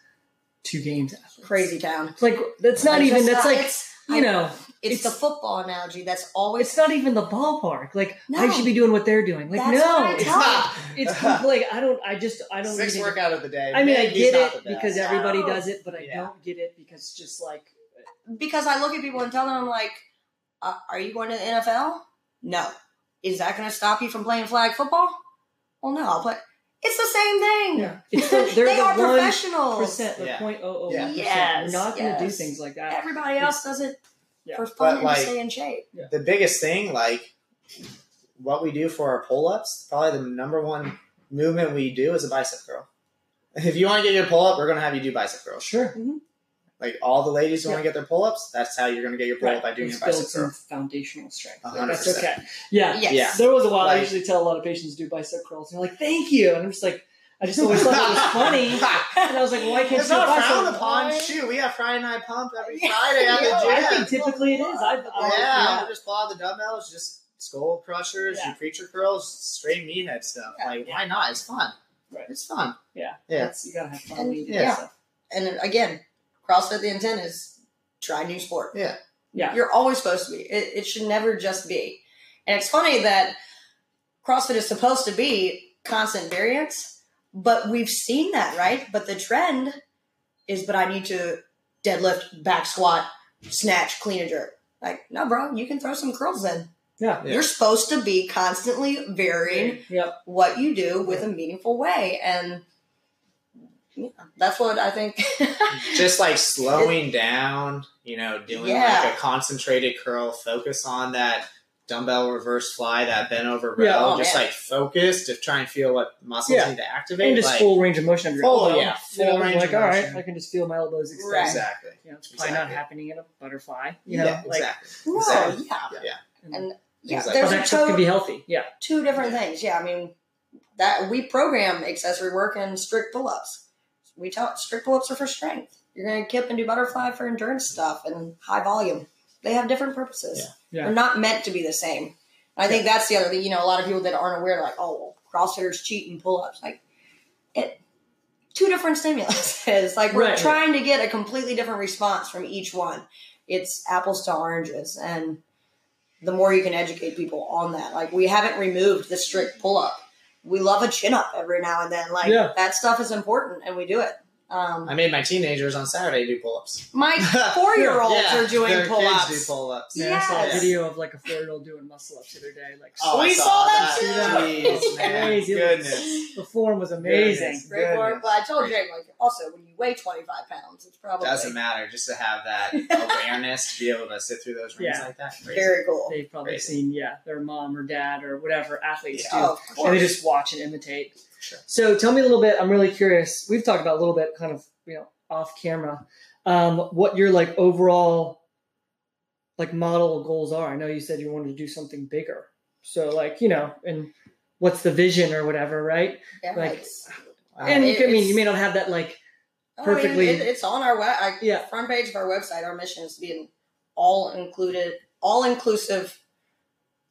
S1: to games athletes.
S2: Crazy town.
S1: It's Like that's not
S2: It's
S1: even.
S2: just
S1: That's
S2: not-
S1: like
S2: it's,
S1: you know.
S2: it's, the
S1: it's-
S2: football analogy that's always
S1: It's not even the ballpark. Like I
S2: No.
S1: should be doing what they're doing. Like
S2: That's
S1: no,
S2: what I
S1: it's
S2: tell
S1: not.
S3: Ah, [LAUGHS]
S1: It's com- like I don't. I just I don't.
S3: six
S1: even-
S3: workout of the day.
S1: I mean, I
S3: Maybe
S1: get
S3: it's not
S1: it
S3: the best.
S1: because everybody
S2: No.
S1: does it, but I
S3: Yeah.
S1: don't get it because it's just like
S2: because I look at people and tell them, I'm like, uh, are you going to the NFL? No. Is that going to stop you from playing flag football? Well, no. I'll play. It's the same thing.
S1: It's the, they're
S2: they
S1: the
S2: are
S1: one
S2: professionals.
S1: percent, the
S3: Yeah.
S1: point oh oh
S3: Yeah.
S1: one percent.
S2: Yes,
S1: We're not going to do
S2: yes.
S1: things like that.
S2: Everybody else does it
S1: Yeah.
S2: for fun
S3: But,
S2: and
S3: like-
S2: to stay in shape.
S3: the biggest thing, like what we do for our pull ups, probably the number one
S2: Mm-hmm.
S3: movement we do is a bicep curl. If you want to get your pull up, we're gonna have you do bicep curls.
S1: Sure.
S3: Like all the ladies who want to get their pull ups, that's how you're going to get your pull up by doing
S1: Let's
S3: it by
S1: build
S3: six
S1: some foundational strength. Like, that's
S3: 100%.
S1: okay. Yeah.
S2: Yes.
S3: Yeah.
S1: There was a while I
S3: Like-
S1: usually tell a lot of patients to do bicep curls, and they're like, "Thank you," and I'm just like, I just always thought it was
S3: [LAUGHS]
S1: funny, and I was like, "Why can't
S3: It's
S1: you do
S3: not
S1: bicep?"
S3: frowned upon.
S1: Why?
S3: Shoot, we have Friday night pump
S1: [LAUGHS]
S3: every
S2: Yeah.
S3: Friday at
S2: Yeah,
S1: I
S3: the
S1: think
S3: gym.
S1: typically it is. I've,
S3: Yeah,
S1: I've
S3: we just pull out the dumbbells, just skull crushers,
S1: Yeah.
S3: and preacher curls, straight meathead stuff.
S2: Yeah.
S3: Like, why not? It's fun.
S1: Right.
S3: It's fun.
S1: Yeah.
S3: Yeah.
S1: That's, you gotta have fun.
S2: And-
S1: when you do
S3: yeah.
S1: that stuff.
S2: And again, CrossFit, the intent is try new sport.
S3: Yeah.
S1: Yeah.
S2: You're always supposed to be. It, it should never just be. And it's funny that CrossFit is supposed to be constant variance, but we've seen that, right? But the trend is, but I need to deadlift, back squat, snatch, clean and jerk. Like, no, bro, you can throw some curls in.
S1: Yeah.
S3: Yeah.
S2: You're supposed to be constantly varying
S1: Yep.
S2: what you do with a meaningful way. And yeah, that's what I think. [LAUGHS]
S3: Just like slowing down, you know, doing
S2: Yeah.
S3: like a concentrated curl, focus on that dumbbell reverse fly, that bent over row.
S1: Yeah.
S2: Oh,
S3: just
S2: yeah.
S3: like focus to try and feel what muscles
S1: Yeah.
S3: need to activate.
S1: And just
S3: like,
S1: full range of motion of your
S3: Full,
S1: elbow.
S3: yeah, full
S1: You know,
S3: range
S1: like,
S3: of
S1: all right,
S3: motion.
S1: I can just feel my elbows extend.
S2: Right.
S3: Exactly.
S1: You know, it's probably not
S3: Exactly.
S1: happening in a butterfly. You know,
S3: yeah,
S1: like
S3: exactly.
S2: no,
S3: Exactly.
S2: yeah.
S3: Yeah.
S2: Yeah,
S3: Exactly.
S1: but
S2: there's
S1: that
S2: a
S1: stuff
S2: total-
S1: can be healthy. Yeah.
S2: two different things. Yeah, I mean that we program accessory work and strict pull ups. We taught strict pull ups are for strength. You're gonna kip and do butterfly for endurance stuff and high volume. They have different purposes.
S1: Yeah. Yeah.
S2: They're not meant to be the same. I think that's the other thing. You know, a lot of people that aren't aware, like, oh, well, CrossFitters cheat and pull ups. Like, it two different stimuluses. [LAUGHS] like we're
S1: Right.
S2: trying to get a completely different response from each one. It's apples to oranges, and the more you can educate people on that. Like we haven't removed the strict pull up. We love a chin up every now and then. Like
S1: Yeah.
S2: that stuff is important, and we do it. Um,
S3: I made my teenagers on Saturday do pull ups.
S2: my four year olds
S3: [LAUGHS] yeah,
S2: are doing
S3: their
S2: pull
S3: Kids
S2: ups.
S3: do pull ups.
S1: Yeah, I saw a
S2: Yes.
S1: video of like a four year old doing muscle ups the other day. Like,
S2: Oh, We saw that
S1: too. [LAUGHS]
S3: Jeez, man.
S1: Crazy.
S2: [LAUGHS]
S3: Goodness.
S1: the form was amazing.
S3: Goodness.
S2: Great work.
S3: Goodness.
S2: But I told Jake, like, also when you weigh 25 pounds, it's probably
S3: Doesn't matter. Just to have
S1: [LAUGHS]
S3: that awareness to be able to sit through those rings
S1: Yeah.
S3: like that. Crazy.
S2: very cool.
S1: They've probably
S3: Crazy.
S1: seen, yeah, their mom or dad or whatever athletes do.
S2: Oh, of course.
S1: and they just watch and imitate.
S3: Sure.
S1: So tell me a little bit. I'm really curious. We've talked about a little bit, kind of you know, off camera, um, what your like overall like model goals are. I know you said you wanted to do something bigger. So like you know, and what's the vision or whatever, right?
S2: Yeah,
S1: like,
S2: it's-
S3: Wow.
S1: and you can, I mean,
S2: Uh, it's-
S1: you may not have that like
S2: I mean,
S1: perfectly-
S2: Oh, it- it's on our web, like,
S1: Yeah.
S2: front page of our website. Our mission is to be an all included, all inclusive,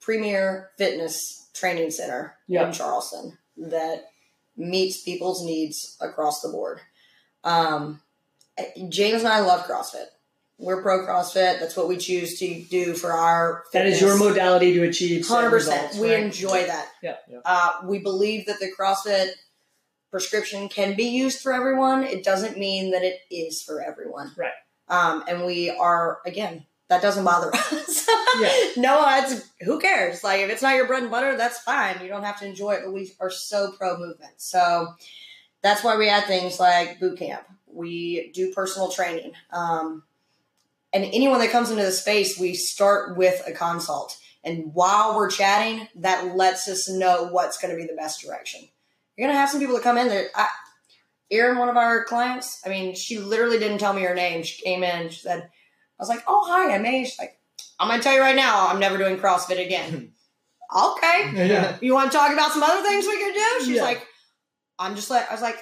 S2: premier fitness training center
S1: Yeah.
S2: in Charleston that meets people's needs across the board. Um, James and I love CrossFit. We're pro CrossFit. That's what we choose to do for our.
S1: that is
S2: fitness.
S1: your modality to achieve
S2: Hundred
S1: certain
S2: percent.
S1: results,
S2: We
S1: right?
S2: enjoy that.
S1: Yeah.
S3: Yeah.
S2: Uh, we believe that the CrossFit prescription can be used for everyone. It doesn't mean that it is for everyone.
S1: Right.
S2: Um, and we are again. That doesn't bother [LAUGHS] us.
S1: Yeah.
S2: no, it's who cares? Like if it's not your bread and butter, that's fine. You don't have to enjoy it. But we are so pro movement, so that's why we add things like boot camp. We do personal training. Um, and anyone that comes into the space, we start with a consult. And while we're chatting, that lets us know what's going to be the best direction. You're going to have some people that come in that, I, Erin, one of our clients, I mean, she literally didn't tell me her name. She came in, she said, I was like, oh, hi, I'm A. She's like, I'm going to tell you right now, I'm never doing CrossFit again. okay.
S1: Yeah.
S2: [LAUGHS] You want to talk about some other things we can do? She's
S1: Yeah.
S2: like, I'm just like, I was like,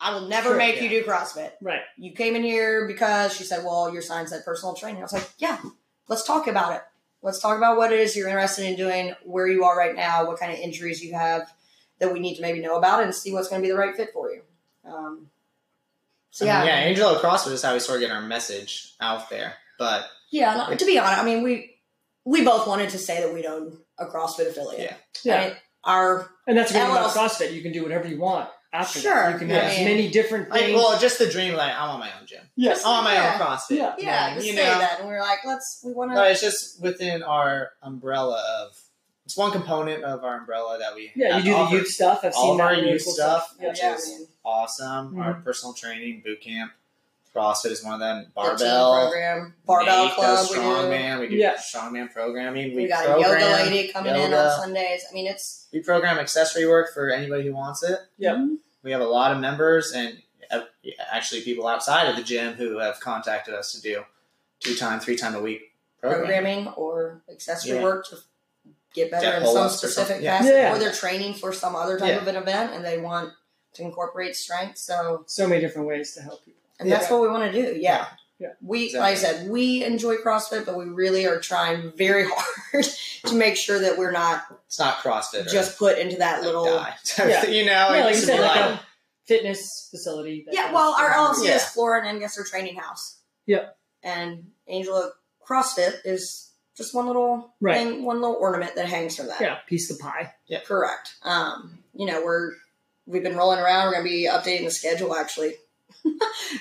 S2: I will never
S1: Sure,
S2: make
S3: yeah.
S2: you do CrossFit
S1: Right.
S2: you came in here because she said, well, your sign said personal training. I was like, yeah, let's talk about it. Let's talk about what it is you're interested in doing, where you are right now, what kind of injuries you have that we need to maybe know about, and see what's going to be the right fit for you. Um, so
S3: I
S2: yeah,
S3: mean, yeah, Angelo CrossFit is how we sort of get our message out there. But
S2: yeah. no, to be honest, I mean we we both wanted to say that we would own a CrossFit affiliate.
S3: Yeah.
S1: Yeah.
S2: I mean, our
S1: And that's the good thing about
S2: Else-
S1: CrossFit. You can do whatever you want after. that.
S2: Sure.
S1: You can
S3: Yeah.
S1: have
S2: I mean-
S1: many different
S3: like,
S1: things.
S3: well, just the dream. Like, I want my own gym.
S1: yes.
S3: I want my
S2: Yeah.
S3: own CrossFit.
S1: Yeah.
S2: yeah,
S3: thing,
S2: just
S3: you
S2: say
S3: know.
S2: that, and we were like, let's we want to.
S3: No, it's just within our umbrella of. It's one component of our umbrella that we.
S1: Yeah,
S3: have
S1: you do
S3: to
S1: the
S3: offer.
S1: youth stuff. I've
S3: all
S1: seen
S3: of
S1: that
S3: our
S1: really
S3: youth
S1: cool
S3: stuff,
S1: Yeah.
S3: which
S2: yeah,
S3: is
S2: I mean,
S3: awesome. Our
S1: Mm-hmm.
S3: personal training boot camp, CrossFit is one of them. Barbell,
S2: program, barbell
S3: Nate
S2: club,
S3: does
S2: we do.
S3: strongman. We do
S1: Yeah.
S3: strongman programming. We,
S2: We got a
S3: program,
S2: yoga lady coming in on
S3: yoga.
S2: Sundays. I mean, it's
S3: We program accessory work for anybody who wants it.
S1: Yep.
S3: We have a lot of members, and uh, actually people outside of the gym who have contacted us to do two time, three time a week program.
S2: programming or accessory
S3: Yeah.
S2: work to get better
S3: Jack
S2: in some
S3: pull-ups or
S2: specific
S3: something, yeah.
S2: facet,
S1: Yeah.
S2: or they're training for some other type
S3: Yeah.
S2: of an event and they want to incorporate strength. So,
S1: So many different ways to help people.
S2: and that's
S3: Yeah.
S2: what we want to do. Yeah.
S1: Yeah.
S2: We, like I said, we enjoy CrossFit, but we really are trying very [LAUGHS] hard to make sure that we're not
S3: It's not CrossFit. Or
S2: just put into that little.
S3: die. [LAUGHS]
S1: Yeah.
S3: you know,
S1: yeah,
S3: Oh, it
S1: like you
S3: used to be
S1: said, like
S3: like,
S1: a fitness facility. that
S2: Yeah,
S1: has-
S2: well, our LLC
S3: Yeah.
S2: is Flora and Angus are training house.
S1: Yeah.
S2: And Angela CrossFit is just one little
S1: Right.
S2: thing, one little ornament that hangs from that.
S1: Yeah, piece of the pie.
S2: Correct. Um, you know, we're we've been rolling around. We're going to be updating the schedule actually [LAUGHS]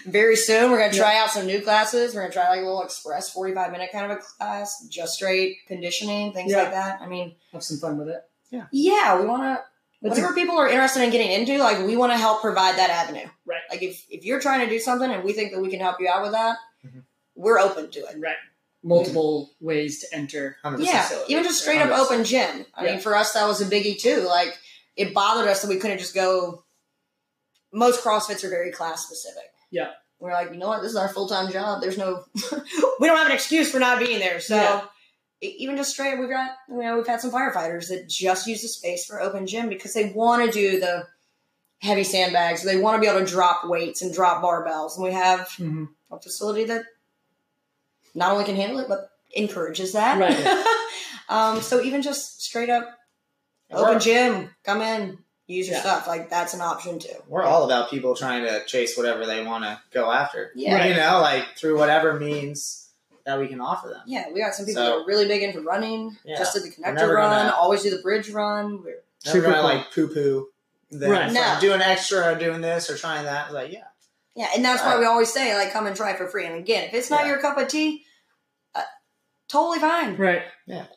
S2: very soon. We're going to try out some new classes. We're going to try like a little express forty five minute kind of a class, just straight conditioning, things
S1: Yeah.
S2: like that. I mean,
S1: Have some fun with it.
S2: yeah, we want to.
S1: That's a-
S2: Whatever people are interested in getting into, like we want to help provide that avenue.
S1: Right.
S2: Like if if you're trying to do something and we think that we can help you out with that,
S1: Mm-hmm.
S3: Mhm.
S2: we're open to it.
S1: right. Multiple ways to enter.
S3: 100%.
S2: Yeah,
S1: facility.
S2: even just straight up
S3: Hundreds.
S2: open gym. I
S1: Yeah.
S2: mean, for us, that was a biggie too. Like, it bothered us that we couldn't just go. Most CrossFits are very class specific.
S1: Yeah.
S2: We're like, you know what? This is our full time job. There's no, [LAUGHS] we don't have an excuse for not being there. So,
S1: Yeah.
S2: e- even just straight, we've got, you know, we've had some firefighters that just use the space for open gym because they want to do the heavy sandbags. They want to be able to drop weights and drop barbells. And we have
S1: Mhm.
S2: a facility that not only can handle it but encourages that. [LAUGHS] um, so even just straight up open
S3: We're,
S2: gym, come in, use your
S1: Yeah.
S2: stuff. Like that's an option too.
S3: we're all about people trying to chase whatever they want to go after.
S2: Yeah,
S1: Right.
S3: You know, like through whatever means that we can offer them.
S2: yeah. We got some people
S3: So-
S2: that are really big into running.
S3: Yeah.
S2: Just did the
S3: We're
S2: connector
S3: never gonna-
S2: run. Always do the bridge run. We're,
S3: Never
S1: Super
S3: gonna
S1: cool.
S3: like poo poo.
S1: Right.
S2: No.
S3: doing extra or doing this or trying that. Like, yeah.
S2: yeah, and that's why we always say like come and try for free. And again, if it's not
S3: Yeah.
S2: your cup of tea. uh, Totally fine.
S1: Right.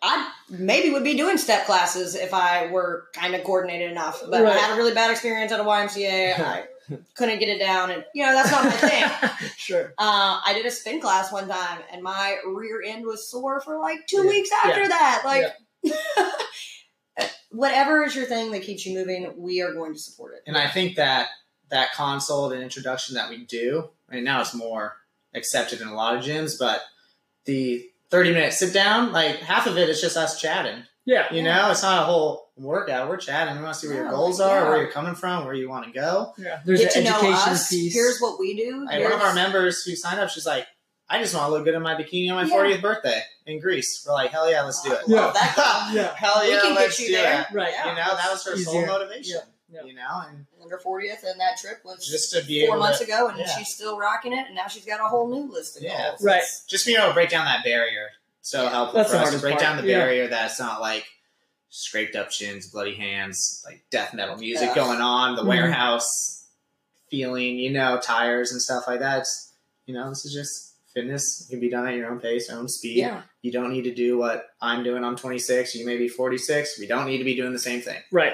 S2: I maybe would be doing step classes if I were kind of coordinated enough. But
S1: Right.
S2: I had a really bad experience at a
S3: [LAUGHS]
S2: YMCA. I couldn't get it down, and you know that's not my thing.
S1: [LAUGHS] sure.
S2: Uh, I did a spin class one time, and my rear end was sore for like two
S3: Yeah.
S2: weeks after that. Like, [LAUGHS] Uh, whatever is your thing that keeps you moving, we are going to support it.
S3: And I think that that consult and introduction that we do, and now it's more accepted in a lot of gyms, but the 30 minute sit down, like half of it is just us chatting.
S1: Yeah.
S3: You know, it's not a whole workout. We're chatting. We want to see where your
S2: No,
S3: goals are,
S2: yeah.
S3: where you're coming from, where you want to go.
S1: Yeah. There's
S2: Get
S1: an
S2: to know
S1: education
S2: us.
S1: piece.
S2: Here's what we do.
S3: Like one of our
S2: Here's-
S3: members who signed up, she's like, I just want to look good in my bikini on my
S2: Yeah.
S3: 40th birthday in Greece. We're like, hell yeah, let's do it.
S2: I love that guy.
S1: [LAUGHS] yeah.
S3: [LAUGHS] Hell
S2: We
S3: yeah,
S2: can get
S3: let's
S2: you
S3: do
S2: there.
S3: it.
S1: Right.
S3: You know, that was her
S1: Easier.
S3: sole motivation.
S1: Yeah.
S3: You know, and
S2: Under 40th, and that trip was
S3: just to be
S2: four
S3: able
S2: months
S3: to,
S2: ago, and
S3: yeah.
S2: she's still rocking it, and now she's got a whole new list of
S3: Yeah.
S2: goals.
S1: Right.
S2: It's-
S3: just being able to break down that barrier. So
S2: Yeah.
S3: helpful
S1: That's
S3: for
S1: the
S3: us to
S1: hardest
S3: break
S1: part.
S3: down the
S1: Yeah.
S3: barrier that's not like scraped up shins, bloody hands, like death metal music
S2: Yeah.
S3: going on, the
S1: Mhm.
S3: warehouse feeling, you know, tires and stuff like that. It's, you know, this is just fitness. It can be done at your own pace, own speed.
S2: Yeah.
S3: You don't need to do what I'm doing. I'm 26. You may be 46. We don't need to be doing the same thing. [LAUGHS]
S1: Right.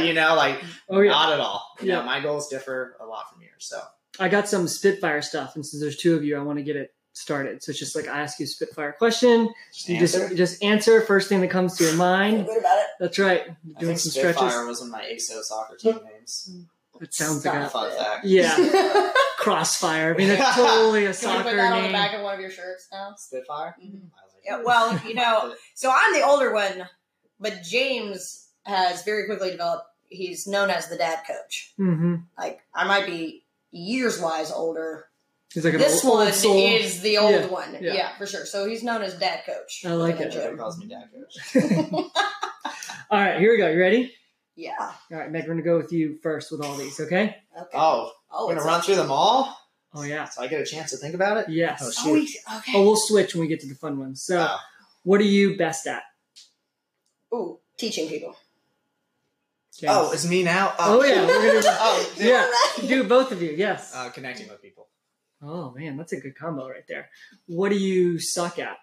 S3: you know, like
S1: Oh yeah.
S3: not at all. You
S1: Yeah.
S3: know, my goals differ a lot from yours. So
S1: I got some Spitfire stuff, and since there's two of you, I want to get it started. So it's just like I ask you a Spitfire question,
S3: just
S1: you
S3: answer.
S1: just you just answer first thing that comes to your
S2: Feel [LAUGHS]
S1: mind.
S2: good about it.
S1: That's right. Doing some
S3: Spitfire
S1: stretches.
S3: was one of my ASO soccer team names.
S1: That sounds like a
S2: Stop
S3: Fun
S2: it.
S3: fact.
S1: yeah. Crossfire. I mean, that's totally a
S2: [LAUGHS] Can we
S1: soccer
S2: put that on the
S1: name.
S2: back of one of your shirts now?
S3: Spitfire.
S2: Mhm.
S3: I was like,
S2: Yeah,
S3: "Hmm,
S2: well, you know, So I'm the older one, but James has very quickly developed. He's known as the dad coach.
S1: Mm-hmm.
S2: Like I might be years wise older.
S1: He's like an
S2: This
S1: old, old
S2: one
S1: soul.
S2: is the old
S1: Yeah,
S2: one,
S1: yeah.
S2: yeah. for sure. So he's known as dad coach.
S1: I like
S2: within
S1: it.
S2: the
S3: Everybody
S2: gym.
S3: calls me dad
S2: [LAUGHS]
S3: coach.
S1: All right, here we go. You ready?
S2: Yeah.
S1: All right, Meg, we're gonna go with you first with all these. Okay?
S2: Okay.
S3: Oh,
S2: oh,
S3: we're gonna
S2: it's
S3: run
S2: a-
S3: through them all,
S1: Oh yeah.
S3: so I get a chance to think about it.
S1: Yes.
S3: Oh,
S2: Oh, we, okay.
S1: Oh, we'll switch when we get to the fun ones. So,
S3: Oh.
S1: what are you best at? Oh.
S2: Ooh, teaching people.
S1: James?
S3: Oh, it's me now.
S1: Oh, yeah, we're gonna
S2: [LAUGHS]
S3: oh, dude.
S1: yeah, do both of you. Yes.
S3: Uh, connecting with people.
S1: oh man, that's a good combo right there. What do you suck at?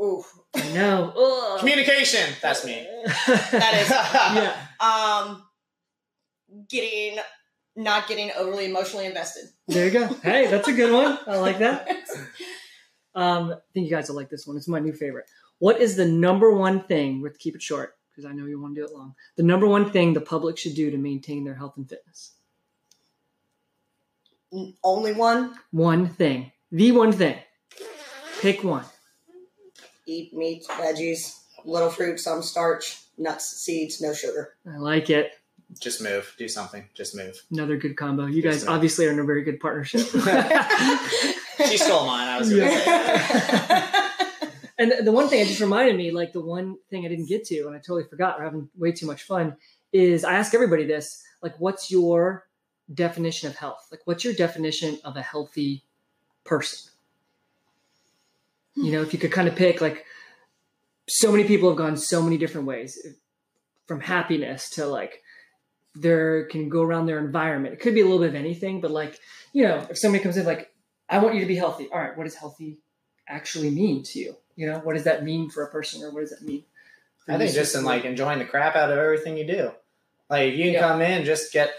S2: Ooh,
S1: I know.
S3: [LAUGHS]
S1: Ugh.
S3: Communication. That's me.
S2: Oh. that
S3: [LAUGHS]
S2: is
S1: [LAUGHS] yeah.
S2: um, getting not getting overly emotionally invested.
S1: There you go. Hey, that's a good one. I like that. Um, I think you guys will like this one. It's my new favorite. What is the number one thing? With keep it short because I know you want to do it long. The number one thing the public should do to maintain their health and fitness.
S2: Only one.
S1: One thing. The one thing. Pick one.
S2: Eat meat, veggies, little fruit, some starch, nuts, seeds, no
S1: [LAUGHS]
S2: sugar.
S1: I like it.
S3: Just move. Do something.
S2: [LAUGHS]
S3: Just move.
S1: Another good combo. You
S3: Yes,
S1: guys
S3: sir.
S1: obviously are in a very good
S3: [LAUGHS]
S1: partnership. [LAUGHS]
S3: She stole mine. I was going to say.
S1: And the one thing it just reminded me, like the one thing I didn't get to, and I totally forgot, we're having way too much fun, is I ask everybody this, like, what's your definition of health? Like, what's your definition of a healthy person? You know, if you could kind of pick, like, so many people have gone so many different ways eh, from happiness to like, their can go around their environment. It could be a little bit of anything, but like, you know, if somebody comes in, like, I want you to be healthy. All right, what does healthy actually mean to you? You know, what does that mean for a person, or what does that mean? for
S3: I
S1: you
S3: think just in
S1: specifically?
S3: like enjoying the crap out of everything you do. Like you can
S1: Yeah.
S3: come in, just get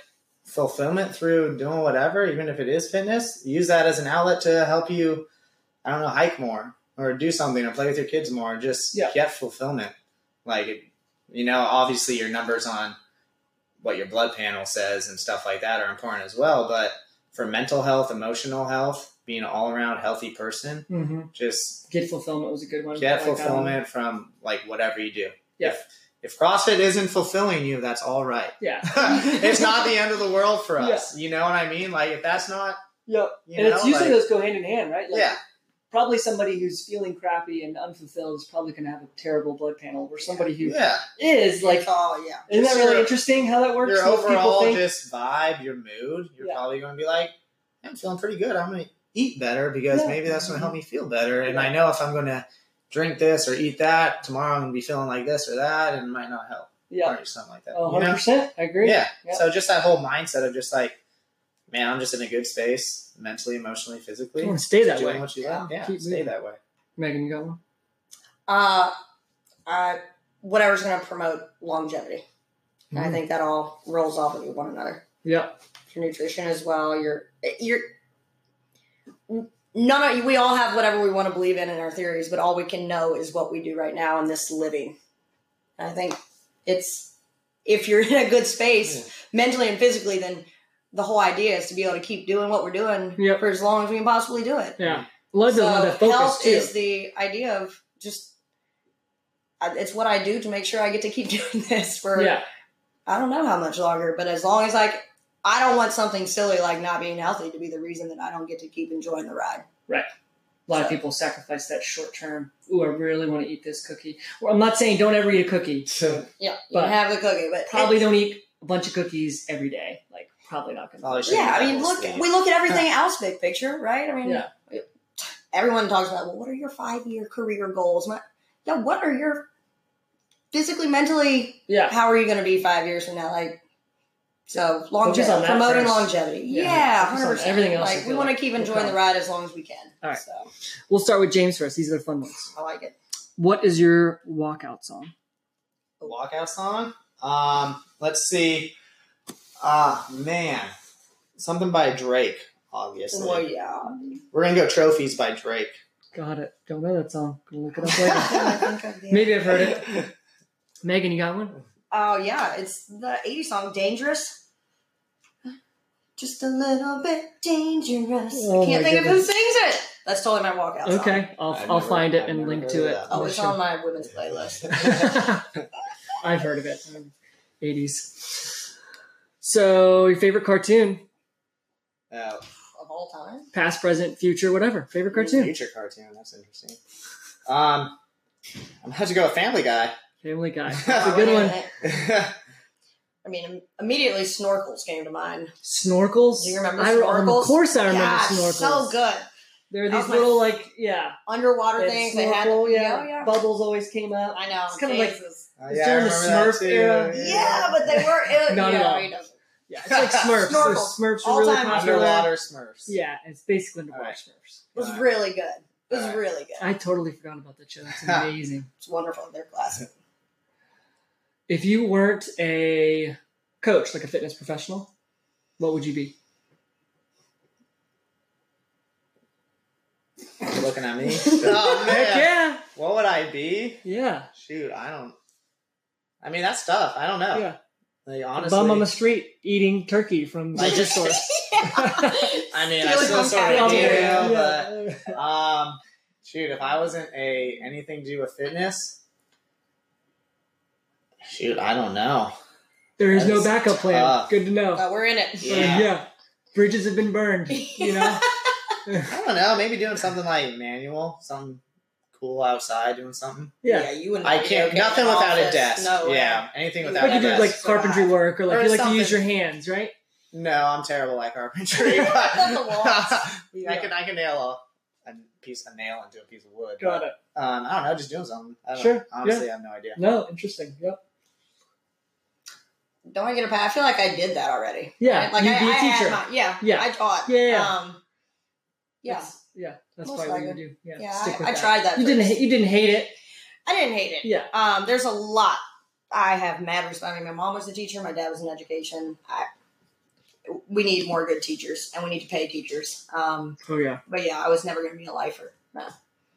S3: fulfillment through doing whatever, even if it is fitness. Use that as an outlet to help you, I don't know, hike more or do something or play with your kids more. and Just
S1: Yeah.
S3: get fulfillment. Like, you know, obviously your numbers on what your blood panel says and stuff like that are important as well. But for mental health, emotional health, being an all around healthy person,
S1: Mhm.
S3: just
S1: get fulfillment was a good one. I like
S3: get
S1: um, that one.
S3: fulfillment from like whatever you do.
S1: Yeah.
S3: If, if CrossFit isn't fulfilling you, that's all right. [LAUGHS]
S1: Yeah, [LAUGHS]
S3: it's not the end of the world for us. You know what I mean? Like if that's not,
S1: yeah,
S3: you
S1: and
S3: know,
S1: it's usually
S3: like-
S1: those go hand in hand, right? Like,
S3: yeah,
S1: Probably somebody who's feeling crappy and unfulfilled is probably going to have a terrible blood panel, or somebody who
S3: yeah.
S1: is like.
S2: oh yeah.
S1: Isn't that
S3: Just
S1: really
S3: your-
S1: interesting how that works?
S3: Your
S1: Most people
S3: overall
S1: think-
S3: just vibe, your mood, you're
S1: Yeah.
S3: probably going to be like, I'm feeling pretty good. I'm going to eat better because
S1: Yeah.
S3: maybe that's going to help me feel better. And I know if I'm going to drink this or eat that tomorrow, I'm going to be feeling like this or that, and it might not help
S1: yeah,
S3: or something like that.
S1: Oh,
S3: you know?
S1: 100%. I agree.
S3: Yeah.
S1: Yeah.
S3: So just that whole mindset of just like, man, I'm just in a good space, mentally, emotionally, physically.
S1: I want to stay that
S3: Doing
S1: way.
S3: what you love. Yeah.
S1: Keep
S3: stay
S1: moving.
S3: that way.
S1: Megan, you got one?
S2: Uh, uh, whatever's going to promote longevity. And I
S1: Mhm.
S2: think that all rolls off of one another.
S1: Yeah.
S2: Your nutrition as well. Your your none of we all have whatever we want to believe in in our theories, but all we can know is what we do right now in this living. And I think it's if you're in a good space mentally and physically, then the whole idea is to be able to keep doing what we're doing
S1: Yep.
S2: for as long as we can possibly do it.
S1: Yeah. Loves so, that focus
S2: health
S1: too.
S2: is the idea of just I- it's what I do to make sure I get to keep [LAUGHS] doing this for
S1: yeah.
S2: I don't know how much longer, but as long as like I don't want something silly like not being healthy to be the reason that I don't get to keep enjoying the ride.
S1: A lot of people sacrifice that short term. Ooh, I really want to eat this cookie. Well, I'm not saying don't ever eat a cookie.
S2: Yeah, you
S1: But-
S2: can have the cookie, but
S1: Probably don't eat a bunch of cookies every day. Like, probably not going
S3: Probably
S1: to.
S3: shouldn't
S2: yeah.
S3: be
S2: I mean,
S3: that
S2: look,
S3: whole
S2: we look at everything else big picture, right? I mean,
S1: Yeah.
S2: everyone talks about well, what are your five year career goals? My, yeah, what are your physically, mentally?
S1: Yeah.
S2: How are you going to be five years from now? Like, so
S1: Focus on
S2: longevity,
S1: that
S2: promoting
S1: first.
S2: longevity.
S1: Yeah.
S2: Yeah,
S1: Focus on
S2: hundred percent.
S1: everything else is
S2: Like, we
S1: good.
S2: want to keep enjoying
S1: Okay.
S2: the ride as long as we can.
S1: All right.
S2: so
S1: We'll start with James first. These are the fun ones.
S2: I like it.
S1: What is your walkout song?
S3: walkout song. Um, let's see. Ah, man. Something by Drake, obviously.
S2: Well, yeah.
S3: We're going to go Trophies by
S2: [LAUGHS]
S3: Drake.
S1: Got it. Don't know that song. Gonna look it up
S2: I
S1: later.
S2: can't think of
S1: [LAUGHS]
S2: the-
S1: Maybe I've heard it. Megan, you got one?
S2: Oh yeah, it's the 80s song "Dangerous." Just a little bit dangerous.
S1: Oh,
S2: I can't
S1: my
S2: think
S1: goodness.
S2: of who sings it. That's totally my walkout song.
S1: Okay. I'll,
S3: I've
S1: I'll
S3: never-
S1: find it
S3: I've
S1: and
S3: never
S1: link
S3: heard
S1: to
S3: of
S1: it.
S3: that.
S2: Oh, it's on my women's
S3: [LAUGHS]
S2: playlist.
S1: [LAUGHS] I've heard of it. Eighties. So, your favorite cartoon,
S3: Uh,
S2: of all time.
S1: past, present, future, whatever. Favorite cartoon,
S3: Future cartoon. That's interesting. Um, I'm going to have to go with Family Guy. [LAUGHS] Uh,
S1: Family Guy. That's a good one.
S2: I mean, im- immediately snorkels came to mind.
S1: Snorkels.
S2: Do you remember
S1: I, um,
S2: Snorkels?
S1: Of course, I remember
S2: yeah,
S1: snorkels.
S2: so good.
S1: There are
S2: That
S1: these
S2: was my-
S1: little like yeah,
S2: Underwater
S1: that
S2: things. they had, oh,
S1: snorkel, yeah.
S2: yeah, yeah.
S1: Bubbles always came
S2: [LAUGHS]
S1: up.
S2: I know.
S1: It's kinda like-
S2: Jesus.
S3: Uh,
S1: It's
S3: yeah, I
S1: during the
S3: remember that
S1: Smurf
S3: too.
S1: era.
S2: yeah, but they were.
S1: [LAUGHS]
S2: It,
S1: Not
S2: yeah,
S1: at all.
S2: he doesn't.
S1: Yeah, it's like Smurfs. So
S2: Snorkels.
S1: Smurfs
S2: All
S1: are really
S2: time.
S1: popular.
S3: Underwater Smurfs.
S1: Yeah, it's basically underwater
S3: Alright.
S1: Smurfs.
S2: It was
S3: Alright.
S2: really good. It was
S3: Alright.
S2: really good.
S1: I totally forgot about that show. That's amazing. [LAUGHS]
S2: It's wonderful. They're classic.
S1: if you weren't a coach, like a fitness professional, what would you be?
S3: You're looking at me. oh
S1: Heck
S3: man.
S1: yeah.
S3: [LAUGHS] What would I be?
S1: Yeah.
S3: Shoot, I don't. I mean, that's tough. I don't know.
S1: Yeah.
S3: Like, honestly,
S1: Bum on the street eating turkey from
S3: I
S1: grocery
S3: just-
S1: stores.
S2: [LAUGHS] Yeah.
S1: [LAUGHS]
S3: I mean, I
S2: Stealing
S3: still
S2: from
S3: sort of
S2: Cali.
S3: email,
S2: Yeah.
S3: but um, shoot, if I wasn't a anything to do with fitness, shoot, I don't know.
S1: There is no
S3: That's
S1: backup plan.
S3: tough.
S1: Good to know.
S2: Oh,
S4: But we're in it.
S1: Yeah.
S3: Yeah.
S1: Bridges have been burned. You
S2: [LAUGHS]
S1: know?
S3: I don't know. Maybe doing something like manual, something cool outside, doing something.
S1: Yeah.
S4: you wouldn't.
S3: I
S4: be
S3: can't.
S4: okay
S3: nothing
S4: in an
S3: without a
S4: office.
S3: desk.
S4: No way.
S3: yeah, anything without
S1: Like you
S3: a
S1: do
S3: desk.
S1: like carpentry work or like
S3: Or
S1: you like to use your
S3: something.
S1: hands, right?
S3: no, I'm terrible
S1: [LAUGHS]
S3: at carpentry. [LAUGHS] But
S2: That's a lot.
S3: I can I can nail a, a piece of nail into a piece of wood.
S1: Got it.
S3: Um, I don't know. Just doing something. I don't,
S1: Sure,
S3: Honestly, I have no idea.
S1: No, interesting. Yep.
S2: Don't I get a pass? I feel like I did that already.
S1: Yeah.
S2: Like
S1: you'd
S2: I,
S1: be
S2: I
S1: a teacher.
S2: Had my, yeah.
S1: Yeah.
S2: I taught.
S1: Yeah, yeah.
S2: Um, yeah.
S1: That's- yeah. That's
S2: Most
S1: probably what you
S2: likely.
S1: do. Yeah.
S2: Yeah.
S1: stick with
S2: I, I
S1: that.
S2: tried that.
S1: You didn't
S2: first.
S1: ha- you didn't hate it.
S2: I didn't hate it.
S1: Yeah.
S2: Um, there's a lot. I have mad respect. I mean, my mom was a teacher. My dad was in education. I, we need more good teachers, and we need to pay teachers. Um,
S1: Oh yeah.
S2: but yeah, I was never going to be a lifer. No,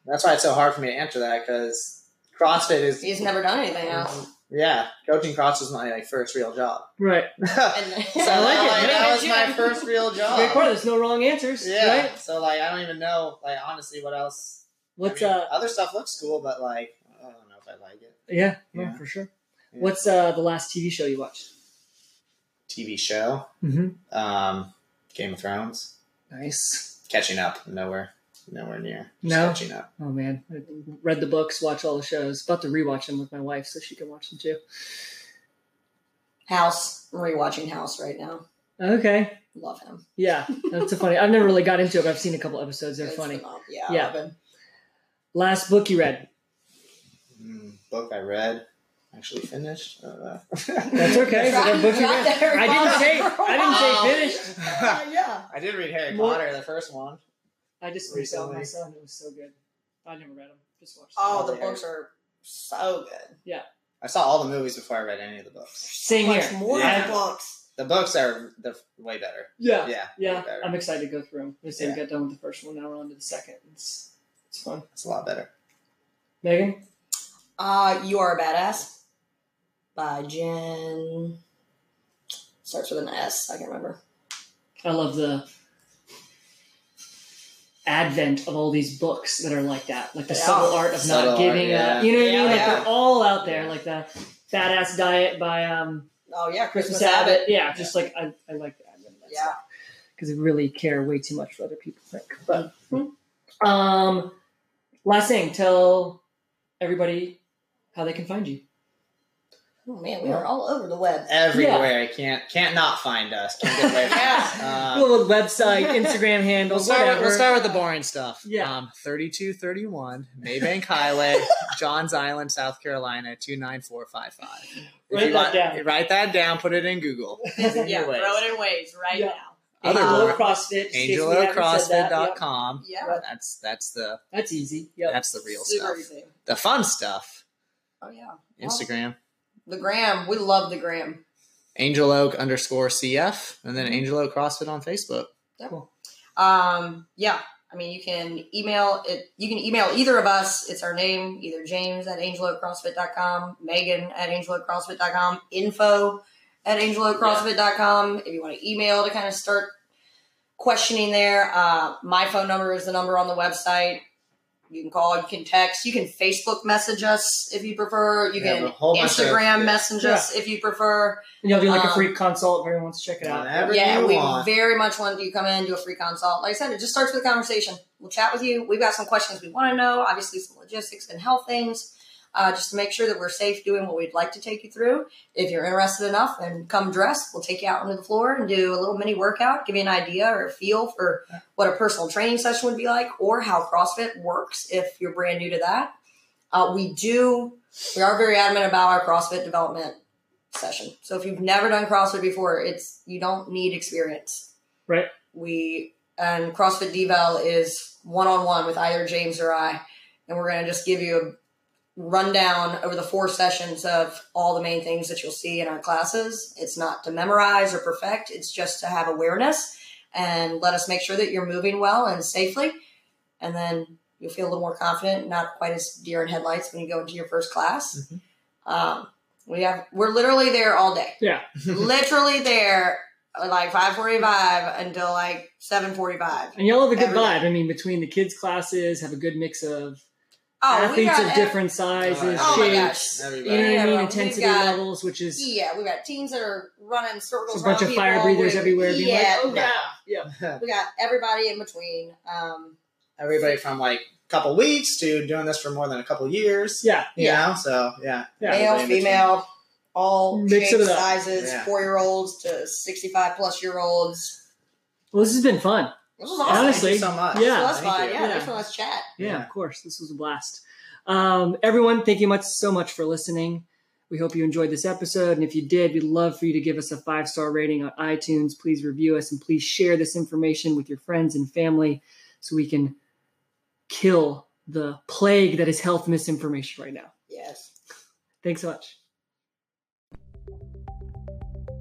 S3: That's why it's so hard for me to answer that because CrossFit is
S2: he's never done anything else.
S1: Mm.
S3: yeah. Coaching cross was my like first real job. [LAUGHS]
S1: Right.
S3: so
S2: And
S3: like
S1: it.
S2: [LAUGHS]
S3: that was my
S2: Yeah.
S3: first real
S1: Great
S3: job.
S1: part. There's no wrong answers.
S3: Yeah.
S1: Right?
S3: So like I don't even know like honestly what else.
S1: What's
S3: I mean,
S1: uh
S3: other stuff looks cool, but like I don't know if I like it.
S1: yeah, no,
S3: Yeah.
S1: for sure.
S3: Yeah.
S1: What's uh the last TV show you watched?
S3: TV show,
S1: Mm-hmm.
S3: um, Game of Thrones,
S1: Nice.
S3: catching up. Nowhere, nowhere near. Just
S1: No?
S3: catching up.
S1: Oh man, I read the books, watch all the shows. About to rewatch them with my wife so she can watch them too.
S2: House. I'm rewatching House right now.
S1: Okay.
S2: Love him.
S1: Yeah, that's a funny. I've never really got into it. But I've seen a couple episodes. They're
S2: It's
S1: funny.
S2: phenomenal. Yeah. I
S1: Yeah.
S2: love him.
S1: Last book you read?
S3: Mm, book I read, actually finished. [LAUGHS] Uh,
S1: That's okay.
S3: [LAUGHS]
S2: Right.
S1: What book you
S2: Right
S1: read?
S2: there,
S1: I didn't
S2: Bob.
S1: say. I didn't say finished.
S2: Uh, yeah.
S3: I did read Harry
S1: More-
S3: Potter, the first one.
S1: I just resold my
S3: Recently.
S1: son. It was so good. I never read them. Just watched. 'em.
S2: Oh, the books are so good.
S3: I saw all the movies before I read any of the books.
S1: Same
S2: Much
S1: here.
S2: more
S3: Yeah.
S2: than books.
S3: The books are the way better.
S1: Yeah.
S3: Yeah,
S1: Yeah, Um,
S3: way better.
S1: I'm excited to go through them. We
S3: Yeah.
S1: got done with the first one. Now we're on to the second. It's, it's fun.
S3: it's a lot better.
S1: Megan,
S2: Uh, you are a badass. By Jen. Starts with an S. I can't remember.
S1: I love the advent of all these books that are like that, like the
S2: They
S1: subtle
S2: are.
S1: art of
S3: Subtle
S1: not
S3: art,
S1: giving
S3: yeah.
S1: up. You know what I
S2: Yeah,
S1: mean? Like
S2: yeah.
S1: they're all out there.
S3: Yeah.
S1: Like the Badass Diet by um,
S2: Oh yeah,
S1: Christmas
S2: Christmas
S1: Abbott.
S2: Habit.
S1: Yeah, just like I, I like the advent of that
S2: Yeah.
S1: because we really care way too much what other people think. But um, last thing, tell everybody how they can find you.
S2: Oh man, we are all over the web.
S1: [LAUGHS]
S3: Everywhere, I can't can't not find us. Can't get away from us.
S2: Uh,
S3: Um,
S1: little [LAUGHS] website, Instagram handle,
S3: We'll start, with,
S1: whatever.
S3: we'll start with the boring stuff.
S1: Yeah.
S3: Um, 3231
S1: [LAUGHS]
S3: Maybank Highway, Johns Island, South Carolina, 29455. If
S1: Write
S3: you
S1: that
S3: want-
S1: down.
S3: Write that down. Put it
S1: [LAUGHS]
S3: in Google.
S4: yeah.
S3: Anyways.
S4: Throw it in waves right
S1: Yeah.
S4: now.
S3: Other
S1: Angelo
S3: board,
S1: CrossFit. just in case we haven't said that. Yep.
S3: angelocrossfit.com.
S2: Yeah.
S3: That's that's the
S1: That's easy. Yep.
S3: that's the real
S2: Super
S3: stuff.
S2: easy.
S3: The fun stuff.
S2: Oh yeah.
S3: Instagram.
S2: The gram. We love the gram.
S3: Angel Oak underscore CF and then
S1: Mm-hmm.
S3: Angel Oak CrossFit on Facebook.
S2: Um, yeah. I mean, you can email it. You can email either of us. It's our name, either James at angelocrossfit.com, Megan at angelocrossfit.com, info at angelocrossfit.com. If you want to email to kind of start questioning there, uh, my phone number is the number on the website. You can call, you can text, you can Facebook message us if you prefer. You
S3: We have
S2: can
S3: a whole bunch of-
S2: Instagram message us if you prefer.
S1: And you'll do like a
S2: Um,
S1: free consult if anyone wants to check it out.
S3: Whatever
S2: Yeah,
S3: you
S2: we
S3: want.
S2: very much want you to come in, do a free consult. Like I said, it just starts with a conversation. We'll chat with you. We've got some questions we want to know, obviously some logistics and health things, uh, just to make sure that we're safe doing what we'd like to take you through. If you're interested enough, then come dressed. We'll take you out onto the floor and do a little mini workout, give you an idea or a feel for what a personal training session would be like or how CrossFit works if you're brand new to that. Uh, we do, we are very adamant about our CrossFit development session. So if you've never done CrossFit before, it's you don't need experience.
S1: Right.
S2: We and CrossFit Devel is one on one with either James or I, and we're going to just give you a rundown over the four sessions of all the main things that you'll see in our classes. It's not to memorize or perfect; it's just to have awareness and let us make sure that you're moving well and safely, and then you'll feel a little more confident, not quite as deer in headlights when you go into your first class.
S3: Mhm.
S2: Um, we have we're [LAUGHS] literally there all day.
S1: Mm-hmm. Yeah. [LAUGHS]
S2: literally there like five forty five until like seven forty five.
S1: And y'all have a good
S2: Every-
S1: vibe. I mean, between the kids' classes, have a good mix of
S2: Oh, we
S1: athletes
S2: got
S1: of
S2: ev-
S1: different sizes,
S2: Oh my
S1: shapes,
S2: gosh.
S1: you know
S3: Everybody.
S1: what I mean,
S2: Yeah,
S1: intensity
S2: we've got-
S1: levels, which is
S2: Yeah, we got teams that are running circles.
S1: a bunch
S2: around
S1: of fire
S2: people.
S1: breathers
S2: We-
S1: everywhere. Being like,
S2: Yeah,
S1: oh yeah, yeah.
S2: we got everybody in between. Um,
S3: [LAUGHS] Everybody from like a couple weeks to doing this for more than a couple years.
S1: Yeah.
S3: You
S2: Yeah.
S3: know, so yeah.
S1: Yeah.
S2: male,
S3: everybody in between.
S2: female, all
S1: Mix
S2: shapes,
S1: it up.
S2: sizes,
S3: Yeah.
S2: four year olds to sixty five plus year olds.
S1: Well, this has been fun.
S2: This was
S3: Awesome.
S2: awesome.
S1: Honestly,
S3: Thank you so much.
S1: yeah.
S2: so that's
S3: Thank
S2: fine.
S3: you.
S2: Yeah,
S1: Yeah.
S2: thanks for let's chat.
S1: Yeah,
S3: Yeah.
S1: of course. This was a blast. Um, everyone, thank you much so much for listening. We hope you enjoyed this episode. And if you did, we'd love for you to give us a five star rating on iTunes. Please review us and please share this information with your friends and family so we can kill the plague that is health misinformation right now.
S2: Yes.
S1: Thanks so much.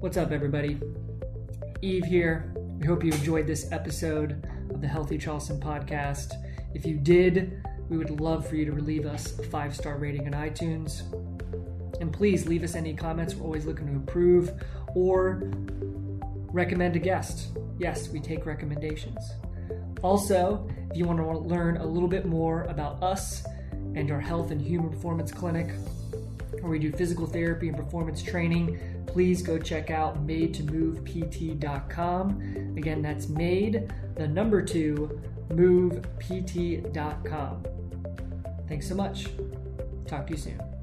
S1: What's up, everybody? Eve here. We hope you enjoyed this episode of the Healthy Charleston podcast. If you did, we would love for you to leave us a five star rating on iTunes. And please leave us any comments. We're always looking to improve or recommend a guest. Yes, we take recommendations. Also, if you want to learn a little bit more about us and our health and human performance clinic, where we do physical therapy and performance training, please go check out made to move pt.com. Again, that's made the number two movept.com. Thanks so much. Talk to you soon.